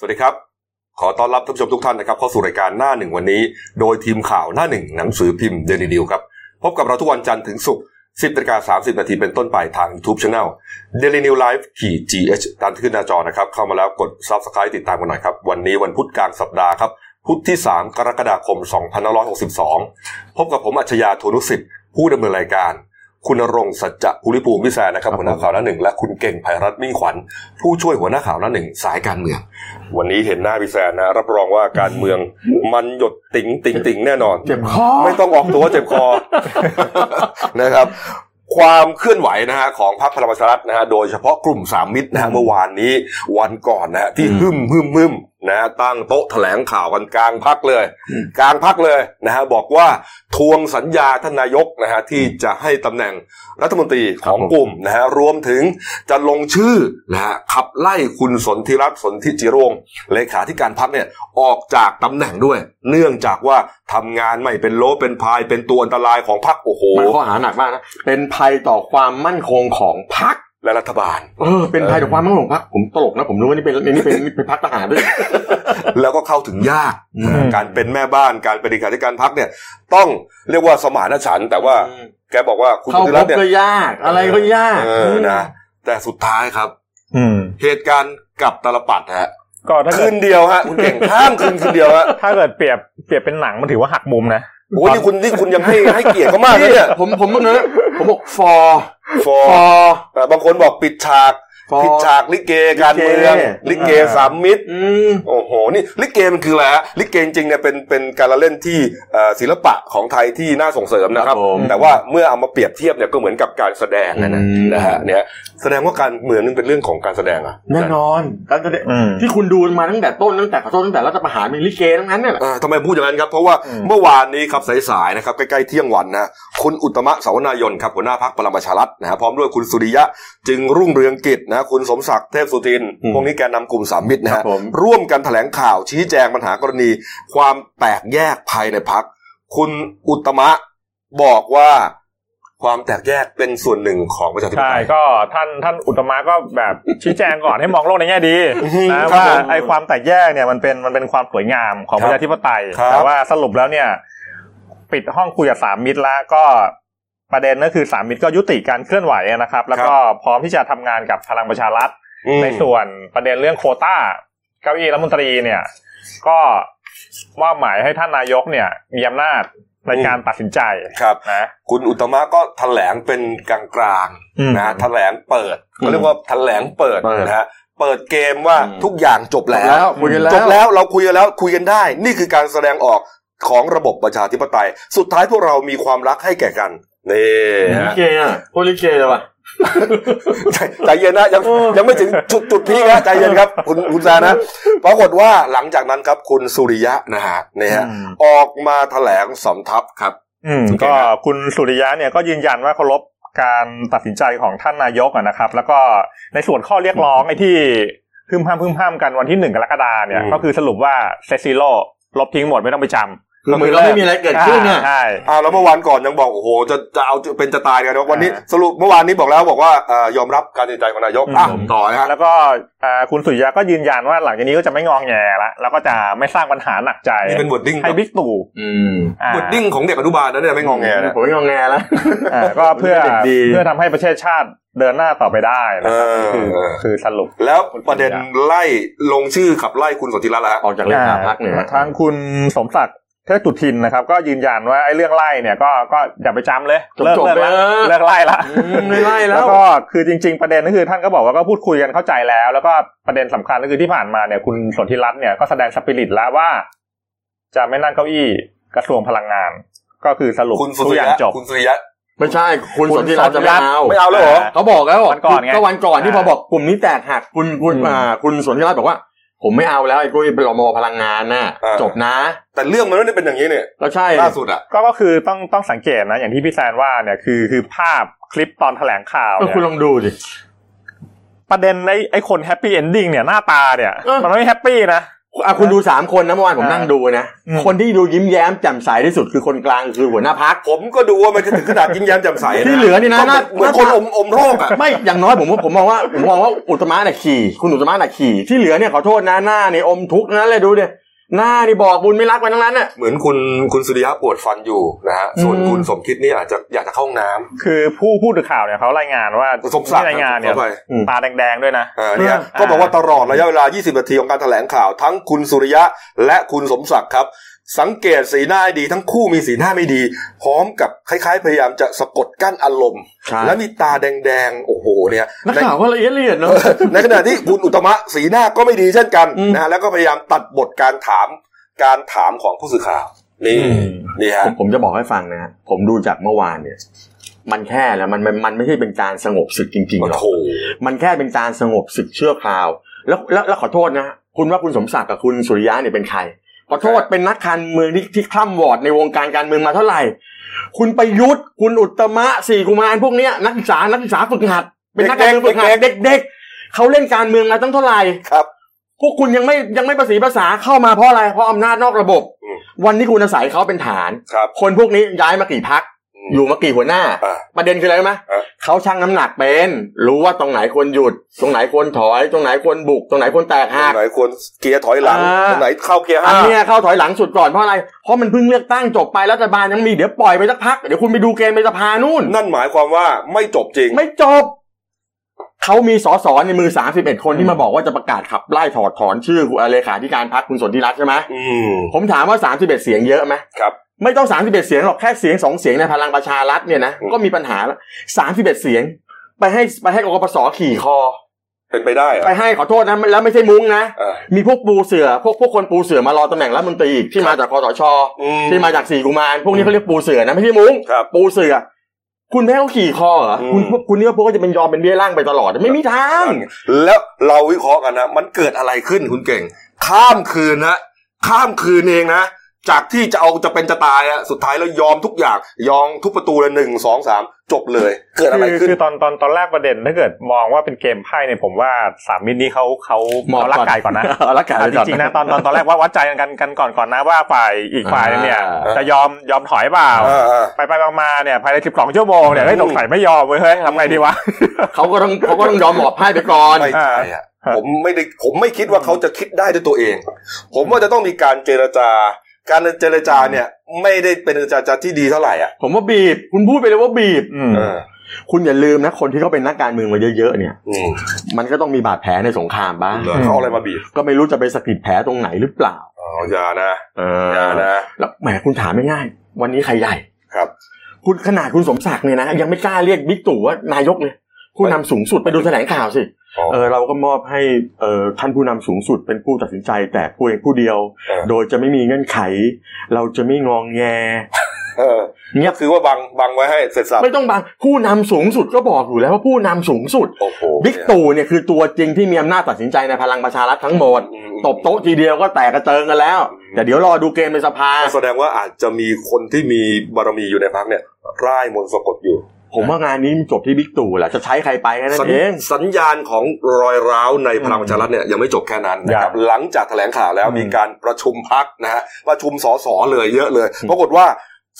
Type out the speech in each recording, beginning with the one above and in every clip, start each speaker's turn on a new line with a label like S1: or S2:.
S1: สวัสดีครับ ขอต้อนรับท่านผู้ชมทุกท่านนะครับเข้าสู่รายการหน้าหนึ่งวันนี้ โดยทีมข่าวหน้าหนึ่งหนังสือพิมพ์เดลิดิวครับ พบกับเราทุกวันจันทร์ถึงศุกร์10นาฬิกา30 นาทีเป็นต้นไปทาง YouTube Channel Daily New Life ขีด GH ตามที่ขึ้นหน้าจอนะครับ เข้ามาแล้วกด Subscribe ติดตามกันหน่อยครับ วันนี้วันพุธกลางสัปดาห์ครับ พุธที่ 3 กรกฎาคม 2562 พบกับผมอัจฉริยะโทนุสิทธิ์ผู้ดำเนินรายการ คุณณรงค์สัจจะภูริภูมิวิแสนะครับหัวหน้าข่าวหน้าหนึ่งและคุณเก่งภัยรัตน์มิ่งขวัญผู้ช่วยหัวหน้าข่าวหน้าหนึ่งสายการเมือง วันนี้เห็นหน้าพี่แซนนะรับรองว่าการเมืองมันหยดติ๋งติ๋งติ๋งแน่นอน
S2: เจ็บคอ
S1: ไม่ต้องออกตัวเจ็บคอ นะครับ ความเคลื่อนไหวนะฮะของพรรคพลังประชารัฐนะฮะโดยเฉพาะกลุ่มสามมิตรนะฮะเมื่อวานนี้วันก่อนนะฮะที่
S2: อืม
S1: ฮึ่มฮึ่มฮึ่มนะฮะตั้งโต๊ะแถลงข่าวกันกลางพักเลย กลางพักเลยนะฮะบอกว่าทวงสัญญาท่านนายกนะฮะที่จะให้ตำแหน่งรัฐมนตรีของกลุ่มนะฮะรวมถึงจะลงชื่อนะฮะขับไล่คุณสนธิรัตน์สนธิจิรวงศ์เลขาธิการพักเนี่ยออกจากตำแหน่งด้วย เนื่องจากว่าทำงานไม่เป็นโลเป็นพายเป็นตัวอันตรายของพักโอ้โห
S2: มันข้อหาหนักมากนะเป็นภัยต่อความมั่นคงของพรรค
S1: และรัฐบาล
S2: เออเป็นภัยต่อความมั่นคงของพรรคผมตลกนะผมรู้ว่านี่เป็นนี่เป็นนี่เป็นพรรคทหารด้วย
S1: แล้วก็เข้าถึงยาก
S2: อืม
S1: การเป็นแม่บ้านการเป็นเลขาธิการพักเนี่ย ต้องเรียกว่าสมานฉันท์แต่ว่าแกบอกว่าคุณ
S2: เข้า
S1: สุธิ
S2: พ
S1: รัต
S2: บ
S1: น์เนี่ย
S2: ก็ยากอะไรก็ยาก
S1: เออนะแต่สุดท้ายครับ
S3: อืม
S1: เหตุการณ์กลับตาลปัดฮะ
S3: ก็ถ้า
S1: คื
S3: เกิด
S1: นเดียวฮะคุณเก่ง ข้ามคืนคืนเดียวฮะ
S3: ถ้าเกิดเปรียบเปรียบเป็นหนังมันถือว่าหักมุมนะ
S1: โอ้ยนี่คุณนี่คุณ ยังให้ให้เกียรติเขามากนะ
S2: นี่
S1: เนี่ย
S2: ผมผมผมนะผมบอกฟอร์
S1: ฟอ
S2: ฟอ
S1: ร์
S2: ร์
S1: อ่ะบางคนบอกปิดฉาก
S2: ฟอ
S1: ปิด
S2: ร์
S1: ฉากลิเกการเมือง
S2: ลิ
S1: ลิ
S2: เก
S1: เกสามมิตร
S2: อืม
S1: โอ้โห นี่ลิเกมันคืออะไรฮะลิเกจริงๆเนี่ยเป็นเป็นการละเล่นที่เอ่อศิลปะของไทยที่น่าส่งเสริมนะครับ
S2: ครับผม
S1: แต่ว่าเมื่อเอามาเปรียบเทียบเนี่ยก็เหมือนกับการแสดงนะนะ
S2: อืม
S1: นะฮะเนี่ยแสดงว่าการเมืองนี่เป็นเรื่องของการแสดงอะ
S2: แน่นอนแล้วก็
S3: อืม
S2: ที่คุณดูมาตั้งแต่ต้นตั้งแต่ขอโทษตั้งแต่รัฐประหารมีลิเกทั้งนั้นเนี่ยแหละ
S1: เอ่อทำไมพูดอย่างนั้นครับเพราะว่า
S3: อืม
S1: เมื่อวานนี้ครับสายๆนะครับใกล้ๆเที่ยงวันนะคุณอุตมะสาวนายนครับหัวหน้าพักพลังประชารัฐนะฮะพร้อมด้วยคุณสุริยะจึงรุ่งเรืองกิจนะคุณสมศักดิ์เทพสุทิน พวกนี้แกนนำกลุ่มสามมิตรนะ
S2: ครั
S1: ฮะ
S2: บผม
S1: ร่วมกันแถลงข่าวชี้แจงปัญหากรณีความแตกแยกภายในพัก คุณอุตตมะบอกว่าความแตกแยกเป็นส่วนหนึ่งของประชาธิป
S3: ใช่
S1: ไตย
S3: ก็ท่านท่านอุตตมะก็แบบชี้แจงก่อนให้มองโลกในแง่ดี
S1: อื้อหือ
S3: นะครับ ว่า
S1: ผม
S3: ไอ้ความแตกแยกเนี่ยมันเป็นมันเป็นความสวยงามของ
S1: ครั
S3: ป
S1: บ
S3: ระชาธิปไตย
S1: ครับ
S3: แต่ว่าสรุปแล้วเนี่ย ปิดห้องคุยกับสามมิตรแล้วก็ประเด็นก็คือสามมิตรก็ยุติการเคลื่อนไหวนะครับ แล้วก็พร้อมที่จะทำงานกับพลังประชารัฐ
S1: อืม
S3: ในส่วนประเด็นเรื่องโควต้าเก้าอี้รัฐมนตรีเนี่ย ก็มอบหมายให้ท่านนายกเนี่ย มีอำนาจใน
S1: อืม
S3: การตัดสินใจ
S1: ครับ
S3: นะ
S1: คุณอุตตมะก็แถลงเป็นกลาง
S3: อืม
S1: ๆนะฮะแถลงเปิด
S2: อืม
S1: เขาเรียกว่าแถลงเปิด
S2: เปิด
S1: นะฮะเปิดเกมว่า
S2: อืม
S1: ทุกอย่างจบแล้ว
S2: คุยกันแล้ว
S1: จบแล้วเราคุยกันแล้วคุยกันได้ นี่คือการแสดงออกของระบบประชาธิปไตย สุดท้ายพวกเรามีความรักให้แก่กันนี่
S2: ลิ
S1: ฮะ
S2: เกอ่ะพวกลิเกเลยว่ะ
S1: ใจใจเย็นนะยัง
S2: เออ
S1: ยังไม่ถึงจุดจุดพีคนะใจเย็นครับคุณคุณซานะปรากฏว่าหลังจากนั้นครับคุณสุริยะนะฮะเนี่ยฮะ
S3: อืม
S1: ออกมาแถลงสำทับครับ
S3: อืม
S1: โอเค
S3: ก็
S1: ครับ
S3: คุณสุริยะเนี่ยก็ยืนยันว่าเคารพการตัดสินใจของท่านนายกอะนะครับ แล้วก็ในส่วนข้อเรียกร้องไอ้ที่พึมพำพึมพำกันวันที่หนึ่งกรกฎาเนี่ย
S1: อืม
S3: ก็คือสรุปว่าเซซิโลลบทิ้งหมดไม่ต้องไปจำ
S2: คือเหมือนเราไม่มีอะไรเกิดขึ้นอ่ะ
S3: ใช่
S1: อ่าแล้วเมื่อวานก่อนยังบอกโอ้โหจะจะเอาจะเป็นจะตายกันนะวันนี้
S3: อ่า
S1: สรุปเมื่อวานนี้บอกแล้วบอกว่าเอ่อยอมรับการตัดสินใจของนายกอ่ะ
S2: อืม
S1: ต่อนะฮะ
S3: แล้วก็อ่าคุณสุริยะก็ยืนยันว่าหลังจากนี้ก็จะไม่งองแงละแล้วก็จะไม่สร้างปัญหาหนักใจ
S1: นี่เป็นบทดิ้ง
S3: ให้บิ๊กตู่
S2: อืม
S3: อ่า
S1: บทดิ้งของเด็กอนุบาลนะเนี่ยไม่งองแงนะ
S2: ผมไม่งองแงแล้ว
S3: อ่าก็เพื่อ
S2: เป็นเด็กดี
S3: เพื่อทำให้ประเทศชาติเดินหน้าต่อไปได้
S1: เอ
S3: นะครับ
S1: อ
S3: คือคือสรุป
S1: แล้วประเด็นไล่ลงชื่อขับไล่คุณสนธิรัตน์แล้วฮะ
S2: ออกจากเลขาพักเนี่ย
S3: ทางคุณสมศักดิ์เทพจุทินนะครับ ก็ยืนยันว่าไอ้เรื่องไล่เนี่ยก็ก็อย่าไปจำเลย
S2: จบๆ
S3: เลิกเลิก
S2: ไป
S3: ละ
S2: เถอะ
S3: เลิก
S2: อืมไม่
S3: ไล่ละ
S2: ไล่แล้ว
S3: ก็คือจริง ๆ ประเด็นก็คือท่านก็บอกว่าก็พูดคุยกันเข้าใจแล้ว แล้วก็ประเด็นสำคัญก็คือที่ผ่านมาเนี่ยคุณสนธิรัตน์เนี่ยก็แสดงสปิริตแล้วว่า จะไม่นั่งเก้าอี้กระทรวงพลังงาน ก็คือสรุป
S1: คุณสุ
S3: ทุกอย
S1: ริะ
S3: ย่างจบ
S1: คุณสุริยะ
S2: ไม่ใช่คุณ
S3: คุณ
S2: สนธิรัตน์จะไม่
S3: สนธิรัตน์
S2: เอา
S1: ไม่เอาแล้วเหรอ
S2: เขาบอกแล้ว
S3: วันก่อนไง
S2: ก็วันก่อนที่
S3: อ่า
S2: พอบอกกลุ่มนี้แตกหักคุณคุณ
S3: อืม
S2: อ่าคุณสนธิรัตน์บอกว่า ผมไม่เอาแล้วไอ้กุ้ยไปรอมอพลังงานน่ะ
S1: อ่า
S2: จบนะ
S1: แต่เรื่องมันไม่ได้เป็นอย่างนี้เนี่ย
S2: แล้วใช่
S1: ล่าสุดอ่ะ
S3: ก็ก็คือต้องต้องสังเกตนะ อย่างที่พี่แซนว่าเนี่ยคือคือภาพคลิปตอนแถลงข่าว
S2: ก็
S3: เนี่ย
S2: คุณลองดูดิ
S3: ประเด็นไอ้ไอ้คนแฮปปี้เอนดิ้งเนี่ยหน้าตาเนี่ย
S2: เออ
S3: มันไม่แฮปปี้นะ
S2: อ่ะคุณดูสามคนนะเมื่อวานผมนั่งดูนะ
S3: อืม
S2: คนที่ดูยิ้มแย้มแจ่มใสที่สุดคือคนกลางคือหัวหน้าพัก
S1: ผมก็ดูว่ามันจะถึงขนาดยิ้มแย้มแจ่มใสะ
S2: ที่เหลือนี่นะ
S1: ก็เหมือน
S2: น่า
S1: คนอมอมโรคอ่ะ
S2: ไม่อย่างน้อยผมว่าผมมองว่าผมมองว่าอุตมะน่ะขี่ คุณอุตมะน่ะขี่ที่เหลือเนี่ยขอโทษนะหน้าเนี่ยอมทุกข์ทั้งนั้นเลยดูเนี่ยหน้านี่บอกบุญไม่รักไว้ทั้งนั้นน่ะ
S1: เหมือนคุณคุณสุริยะปวดฟันอยู่นะฮะส่วน
S2: อืม
S1: คุณสมคิดนี่อาจจะอยากจะเข้าห้องน้ำ
S3: คือผู้ผู้สื่อข่าวเนี่ยเขารายงานว่า
S1: สมศัก
S3: ที่
S1: ดิ์
S3: รายงานเนี่ย
S1: เข้าไป
S3: ตาแดงๆด้วยนะ
S1: เออเนี่ย
S2: เออ
S1: ก็บอกว่าตลอดระยะเวลา 20 นาทีของการแถลงข่าวทั้งคุณสุริยะและคุณสมศักดิ์ครับ สังเกตสีหน้าให้ดีทั้งคู่มีสีหน้าไม่ดี พร้อมกับคล้ายๆ พยายามจะสะกดกั้นอารมณ์ และมีตาแดงๆ โอ้โหเนี่ย
S2: นัก
S1: ใน
S2: ข่าวก็ละเอียดละเอียดเนาะ
S1: ในขณะที่คุณอุตมะสีหน้าก็ไม่ดีเช่นกัน
S2: อืม
S1: นะฮะแล้วก็พยายามตัดบทการถามการถามของผู้สื่อข่าวนี่
S3: อืม
S1: นี่
S2: ผ
S1: ฮะ
S2: มผมจะบอกให้ฟังนะผมดูจากเมื่อวานเนี่ย มันแค่แล้วมันมันมันไม่ใช่เป็นการสงบศึกจริงๆหร
S1: โอ้
S2: อก
S1: โห
S2: มันแค่เป็นการสงบศึกชั่วคราว แล้วแล้วแล้วขอโทษนะคุณว่าคุณสมศักดิ์กับคุณสุริยะเนี่ยเป็นใครขอโทษเป็นนักการเมืองที่ที่คล่ำวอดในวงการการเมืองมาเท่าไหร่ คุณประยุทธ์คุณอุตตมะสี่กุมารพวกเนี้ยนักศึกษานักศึกษาฝึกหัดเป็นนักการเมืองฝึกหัดเด็ก ๆเขาเล่นการเมืองมาตั้งเท่าไหร่
S1: ครับ
S2: พวกคุณยังไม่ยังไม่ประสีภาษาเข้ามาเพราะอะไร เพราะอำนาจนอกระบบ
S1: อืม
S2: วันนี้คุณอาศัยเขาเป็นฐาน
S1: ครับ
S2: คนพวกนี้ย้ายมากี่พัก
S1: ม
S2: อยู่มากี่หัวหน้า
S1: อ่ะ
S2: ประเด็นคืออะไรรู้ไหม
S1: อ่ะ
S2: เขาชั่งน้ำหนักเป็น รู้ว่าตรงไหนควรหยุด ตรงไหนควรถอย ตรงไหนควรบุก ตรงไหนควรแต
S1: ต
S2: ก
S1: ร
S2: หั
S1: ง
S2: ก
S1: ไหนควรเกียร์ถอยหลัง
S2: อ่า
S1: ตรงไหนเข้าเกียร์
S2: อั
S1: ห้าน
S2: เนี้ยเข้าถอยหลังสุดก่อนเพราะอะไร เพราะมันเพิ่งเลือกตั้งจบไปรัฐบาลยังมีเดี๋ยวปล่อยไปสักพัก เดี๋ยวคุณไปดูเกมในสภานู่น
S1: นั่นหมายความว่าไม่จบจริง
S2: ไม่จบ เขามีสสในมือ 31 คนที่มาบอกว่าจะประกาศขับไล่ถอดถอนชื่อคุณเลขาธิการพรรคคุณสนธิรัตน์ใช่ไหม
S1: อืม
S2: ผมถามว่า 31 เสียงเยอะไหม
S1: ครับ
S2: ไม่ต้อง 31 เสียงหรอกแค่เสียง 2 เสียงในพลังประชารัฐเนี่ยนะ
S1: อืม
S2: ก็มีปัญหาแล้ว31 เสียง ไปให้ไปให้กกปสขี่คอ
S1: เป็นไปได้เหรอ
S2: ไปให้ขอโทษนะแล้วไม่ใช่มุ้งนะ
S1: อ่ะ
S2: มีพวกปูเสือพวกพวกคนปูเสือมารอตำแหน่งรัฐมนตรีอีกที่มาจากคอสช
S1: อืม
S2: ที่มาจากสี่กุมารพวกนี้เขาเรียกปูเสือนะไม่ใช่มุ้ง
S1: ครับ
S2: ปูเสือ คุณแม่ให้เขาขี่คอเหรออ
S1: ม
S2: คุณคุณนี่ว่าพวกเขาจะเป็นยอมเป็นเบี้ยล่างไปตลอดไม่มีทาง
S1: แล้วเราวิเคราะห์กันนะ มันเกิดอะไรขึ้นคุณเก่ง ข้ามคืนนะ ข้ามคืนเองนะ จากที่จะเอาจะเป็นจะตายอะสุดท้ายแล้วยอมทุกอย่าง ยอมทุกประตูเลยหนึ่งสองสามจบเลย เกิดอะไร
S3: คือ
S1: ขึ้น
S3: คือตอนตอนตอนแรกประเด็นถ้าเกิดมองว่าเป็นเกมไพ่เนี่ยผมว่าสามมิตรนี้เขาเขา
S2: หมอบ
S3: เขารัก
S2: ก่อน
S3: ไก่ก่อนนะ
S2: เอาละกัน
S3: อ่ะจริงๆนะตอนตอนตอนแรกว่าวัดใจกันกันก่อนก่อนนะว่าฝ่ายอีกฝ่ายนึงเนี่ย
S1: อ่า
S3: จะยอมยอมถอยเปล่า
S1: เออเออ
S3: ไปไปๆมาๆเนี่ยภายใน 12 ชั่วโมงเนี่ยเฮ้ย
S1: อืม
S3: สงสัยไม่ยอมเว้ยเฮ้ยทำไงดีวะ
S2: เขาก็ต้องเขาก็ต้องยอมหมอบให้ไปก่อน
S1: ไม่ใช่อะผมไม่ได้ผมไม่คิดว่าเขาจะคิดได้ด้วยตัวเอง ผมว่าจะต้องมีการเจรจา การเจรจาเนี่ย ไม่ได้เป็นเจรจาที่ดีเท่าไหร่อ่ะ
S2: ผมว่าบีบ คุณพูดไปเลยว่าบีบ
S3: อืม
S1: เออ
S2: คุณอย่าลืมนะคนที่เขาเป็นนักการเมืองมาเยอะๆเนี่ย
S1: อืม
S2: มันก็ต้องมีบาดแผลในสงครามบ้าง
S1: เหรอเขาเอาอะไรมาบีบ
S2: ก็ไม่รู้จะไปสะกิดแผลตรงไหนหรือเปล่า
S1: อ๋ออย่านะ
S2: เอ
S1: อย่านะ
S2: แล้วแหมคุณถามไม่ง่ายๆวันนี้ใครใหญ่
S1: ครับ
S2: คุณขนาดคุณสมศักดิ์เนี่ยนะยังไม่กล้าเรียกบิ๊กตู่ว่านายกเลยผู้นำสูงสุดไปดูแถลงข่าวสิ
S1: อ๋อ
S2: เออเราก็มอบให้เอ่อท่านผู้นำสูงสุดเป็นผู้ตัดสินใจแต่ผู้เองผู้เดียว
S1: เออ
S2: โดยจะไม่มีเงื่อนไข เราจะไม่งองแง
S1: เออ
S2: เงียบ
S1: คือว่าบังบังไว้ให้เสร็จสับ
S2: ไม่ต้องบางผู้นำสูงสุดก็บอกอยู่แล้วว่าผู้นำสูงสุด
S1: โอ้โห
S2: บิ๊กตู่เนี่ยคือตัวจริงที่มีอำนาจตัดสินใจในพลังประชารัฐทั้งหมด
S1: อืม
S2: ตบโต๊ะทีเดียวก็แตกกระเจิงกันแล้ว
S1: อืม
S2: แต่เดี๋ยวรอดูเกมในสภา
S1: แสดงว่าอาจจะมีคนที่มีบารมีอยู่ในพักเนี่ยร่ายมนต์สะกดอยู่
S2: ผมว่างานนี้มันจบที่บิ๊กตู่แหละจะใช้ใครไปแค่นั้
S1: สัญ
S2: นเอง
S1: สัญญาณของรอยร้าวในพลังประชารัฐเนี่ยยังไม่จบแค่นั้นนะครับหลังจากแถลงข่าวแล้ว
S3: อืม
S1: มีการประชุมพักนะฮะประชุมสสเลยเยอะเลยปรากฏว่า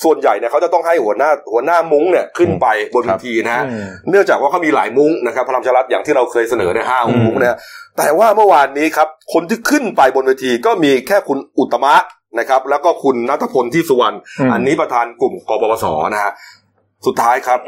S1: ส่วนใหญ่เนี่ยเขาจะต้องให้หัวหน้าหัวหน้ามุ้งเนี่ยขึ้นไปบนเวทีนะฮะ
S3: อืม
S1: เนื่องจากว่าเขามีหลายมุ้งนะครับพลังประชารัฐอย่างที่เราเคยเสนอในยห้า
S3: อืม
S1: มุ้งเนี่ยแต่ว่าเมื่อวานนี้ครับ คนที่ขึ้นไปบนเวทีก็มีแค่คุณอุตตมะนะครับ แล้วก็คุณนัทพลที่สุวรรณอันนี้ประธานกลุ่มกบพศนะฮะสุดท้ายครับ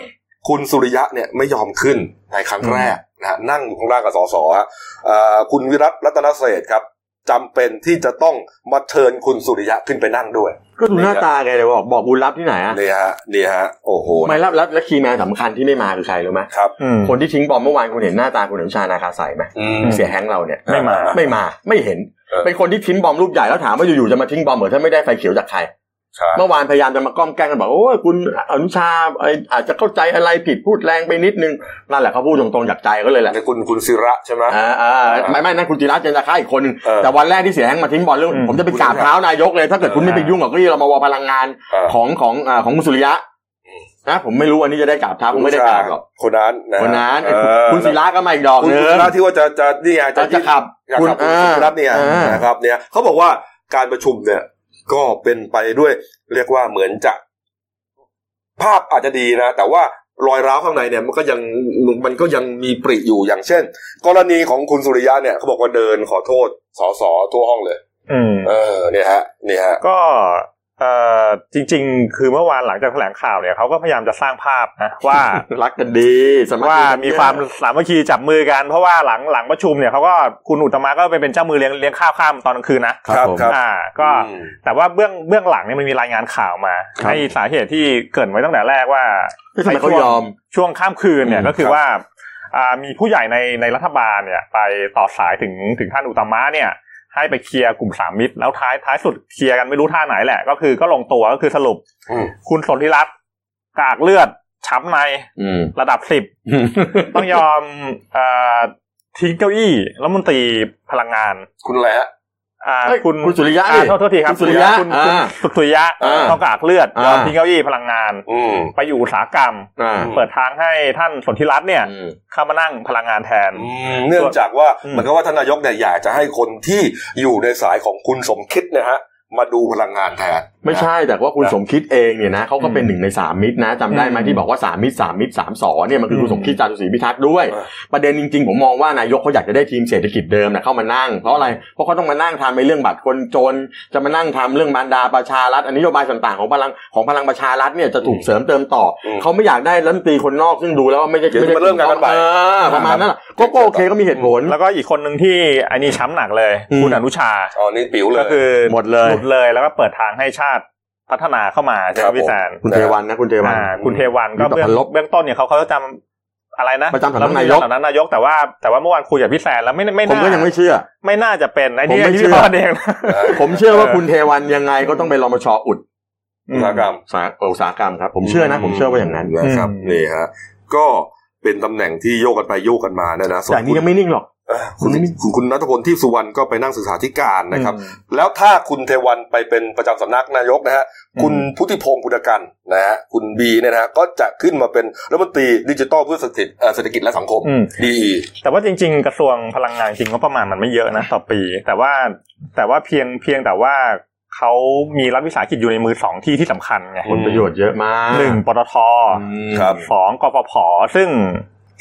S1: คุณสุริยะเนี่ยไม่ยอมขึ้นในครั้งแรกนะฮะนั่งอยู่ข้างล่างกับสสฮะเอ่อคุณวิรัตรัตนเศรษฐ์ครับจำเป็นที่จะต้องมาเชิญคุณสุริยะขึ้นไปนั่งด้วย
S2: ก็ดูหน้าตาแกเลยบอกบอกบุญรับที่ไหนอะ
S1: นี่ฮะนี่ฮะโอ้โห
S2: ไม่รับรับและคีย์แมนสำคัญที่ไม่มาคือใครรู้ไหม
S1: ครับ
S3: อืม
S2: คนที่ทิ้งบอมเมื่อวานคุณเห็นหน้าตาคุณอนุชานาคาใสไหม
S1: อืม
S2: เสียแฮงค์เราเนี่ย
S3: ไม่มา
S2: ไม่มาไม่เห็น
S1: เออ
S2: เป็นคนที่ทิ้งบอมรูปใหญ่แล้วถามว่าอยู่ๆจะมาทิ้งบอมเหมือนถ้าไม่ได้ไฟเขียวจากใคร
S1: ใช่
S2: เมื่อวานพยายามจะมาก้อมแกล้งกันบอกโอ้ยคุณอนุชาไอ้อาจจะเข้าใจอะไรผิดพูดแรงไปนิดนึงนั่นแหละเขาพูดตรงๆจากใจก็เลยแหละ
S1: เนี่ยคุณคุณศิระใช่ไหม
S2: อ่าอ่าไม่ไม่นั่นคุณจิรัตน์เจนจาค่าอีกคนหนึง
S1: เออ
S2: แต่วันแรกที่เสียแฮงค์มาทิ้งบอลเรื่อง
S3: อืม
S2: ผมจะไปกราบเท้านายกเลย ถ้าเกิดคุณไม่ไปยุ่งกับเก้าอี้รมวพลังงาน
S1: เออ
S2: ของของอ่าของคุณสุริยะ นะผมไม่รู้วันนี้จะได้กราบเท้าผมไม่ได้กราบหรอก
S1: คนนั้นนะ
S2: วันนั้นไอ้คุณ
S1: เออ
S2: คุณศิระก็มาอีกดอก
S1: คุณ
S2: นึง
S1: ศิระที่ว่าจะจะนี่ไง
S2: จะ
S1: จะ
S2: จะขับ
S1: อยากขับคุณ
S2: อ่า
S1: คุณศิระเนี่ย
S2: อ่า
S1: นะครับเนี่ยเขาบอกว่าการประชุมเนี่ย ก็เป็นไปด้วย เรียกว่าเหมือนจะ ภาพอาจจะดีนะ แต่ว่ารอยร้าวข้างในเนี่ย มันก็ยังมันก็ยังมีปริอยู่อย่างเช่น กรณีของคุณสุริยะเนี่ยเขาบอกว่าเดินขอโทษสสทั่วห้องเลย
S3: อืม
S1: เออเนี่ยฮะเนี่ยฮะ
S3: ก็เอ่อจริง ๆ คือเมื่อวานหลังจากแถลงข่าวเนี่ยเขาก็พยายามจะสร้างภาพนะว่า
S2: รักกันดีสคคี
S3: ว่า
S2: กัน
S3: มี
S2: เนี่ย
S3: ความสามัคคีจับมือกัน เพราะว่าหลังหลังประชุมเนี่ยเขาก็คุณอุตตมะก็ไปเป็นเจ้ามือเลี้ยงเลี้ยงข้าวข้ามตอนกลางคืนนะครับ
S2: ผม
S1: ครับ
S3: อ่า ก็
S1: อืม
S3: แต่ว่าเบื้องเบื้องหลังเนี่ยมันมีรายงานข่าวมา
S2: ครับ
S3: ให้สาเหตุที่เกริดไว้ตั้งแต่แรกว่า
S2: ทำไมเขายอม
S3: ช่วงข้ามคืนเนี่ย
S2: อืม
S3: ก็คือว่าอ่ามีผู้ใหญ่ในในรัฐบาลเนี่ย ไปต่อสายถึงถึงท่านอุตตมะเนี่ย ให้ไปเคลียร์กลุ่มสามมิตร แล้วท้ายท้ายสุดเคลียร์กันไม่รู้ท่าไหนแหละ ก็คือก็ลงตัวก็คือสรุป
S1: อืม
S3: คุณสนธิรัตน์กากเลือดช้ำใน
S2: อืม
S3: ระดับสิบ ต้องยอมเอ่อทิ้งเก้าอี้รัฐมนตรีพลังงาน
S1: คุณอะไรฮะ
S3: อ่า
S2: เอ้ย
S3: คุณ
S2: คุณสุริยะ
S3: อ่า
S2: ดิ
S3: โทษโทษทีครับ
S2: คุณสุริยะ
S3: คุณคุณ
S2: อ่า
S3: คุณสุริยะ
S2: อ่า
S3: ต้องกากเลือด
S2: อ่าย
S3: อมทิ้งเก้าอี้พลังงาน
S1: อืม
S3: ไปอยู่อุตสาหกรรม
S2: อ่า
S3: เปิดทางให้ท่านสนธิรัตน์เนี่ย
S2: อืม
S3: เข้ามานั่งพลังงานแทน
S1: อืมเนื่องจากว่า
S3: อืม
S1: เหมือนกับว่าทานนายกเนี่ยอยากจะให้คนที่อยู่ในสายของคุณสมคิดเนะฮะ มาดูพลังงานแทน
S2: ไม่ใช่แต่ว่าคุณ
S1: นะ
S2: สมคิดเองเนี่ยนะเขาก็เป็น
S3: อืม
S2: หนึ่งในสามมิตรนะจำได้ไหม
S3: อืม
S2: ที่บอกว่าสามมิตรสามมิตรสามสอเนี่ยมันคืออ
S3: ม
S2: คุณสมคิดจารุศรีพิทักษ์ด้วย
S1: เออ
S2: ประเด็นจริงๆ ผมมองว่านายกเขาอยากจะได้ทีมเศรษฐกิจเดิมนะเข้ามานั่งเพราะอะไรเพราะเขาต้องมานั่งทำในเรื่องบัตรคนจน จะมานั่งทำเรื่องบรรดาประชารัฐอันนโยบายต่างๆของพลังของพลังประชารัฐเนี่ยจะถูกเสริมเติมต่ออ
S1: ม
S2: เขาไม่อยากได้รัฐมนตรีคนนอกซึ่งดูแล้วว่าไม่ได้
S1: เดี๋ยวจะ
S2: ไได้
S1: มาเริ่มงานกันใหม่
S2: เออประมาณนั้นแหละก็ก็โอเคก็มีเหตุผล
S3: แล้วก็อีกคนหนึ่งที่อันนี้ช้ำหนักเลย
S2: อืม
S3: คุณอนุชา
S1: อ๋อนี่ปิ๋วเล
S3: ก็
S1: ย
S3: คือ
S2: หมดเลย
S3: หมดเลยแล้วก็เปิดทางให้ชาติพัฒนาเข้ามาใช่ไห
S1: ค
S3: ม
S1: รับผม
S3: พี่แซน
S2: คุณเทวันนะคุณเทวัน
S3: อ่าคุณเทวัน
S2: มี
S3: ก็
S2: ต่อ
S3: เบื้อง
S2: พันลบ
S3: เบื้องต้นเนี่ยเขาเขาจะจำอะไรนะ
S2: ประจำสำนัก
S3: รัฐม
S2: นายก
S3: สำนักนายกแต่ว่าแต่ว่าเมื่อวานคุยกับพี่แซนแล้วไม่ไม่
S2: ผม
S3: น่า
S2: ก็ยังไม่เชื่อ
S3: ไม่น่าจะเป็นไอ้นี่
S2: ผมไม่
S3: ไอ้
S2: เชื่
S3: ที่
S2: อ
S3: ทอดเองนะ
S1: เออ
S2: ผมเชื่อว่าคุณเทวันยังไงก็ต้องไปรมชอุด
S1: อุตสาหกรรม
S2: สาอุตสาหกรรมครับ ผมเชื่อนะ ผมเชื่อว่าอย่างนั้น
S1: นะครับนี่ฮะก็เป็นตำแหน่งที่โยกกันไปโยกกันมานะนะส่ว
S2: แต่
S1: น
S2: นี่ยังไม่นิ่งหรอก
S1: เอ่อคุณคุณคุณนัทพลที่สุวรรณก็ไปนั่งศึกษาธิการนะครับ
S3: อืม
S1: แล้วถ้าคุณเทวันไปเป็นประจำสำนักนายกนะฮะ
S3: อืม
S1: คุณพุทธิพงศ์ปุณกันนะฮะคุณบีเนี่ยนะฮะก็จะขึ้นมาเป็นรัฐมนตรีดิจิทัลเพื่อเศรษฐกิจเอ่อเศรษฐกิจและสังคม
S3: อืม
S1: ดี
S3: แต่ว่าจริง ๆ กระทรวงพลังงานจริงก็ประมาณมันไม่เยอะนะต่อปี แต่ว่าแต่ว่าเพียงเพียงแต่ว่าเขามีรัฐวิสาหกิจอยู่ในมือสองที่ที่สำคัญไง
S2: ผลประโยชน์เยอะมาก
S3: หนึ่งปตท
S2: อืม
S1: ครับ
S3: สองกปพซึ่ง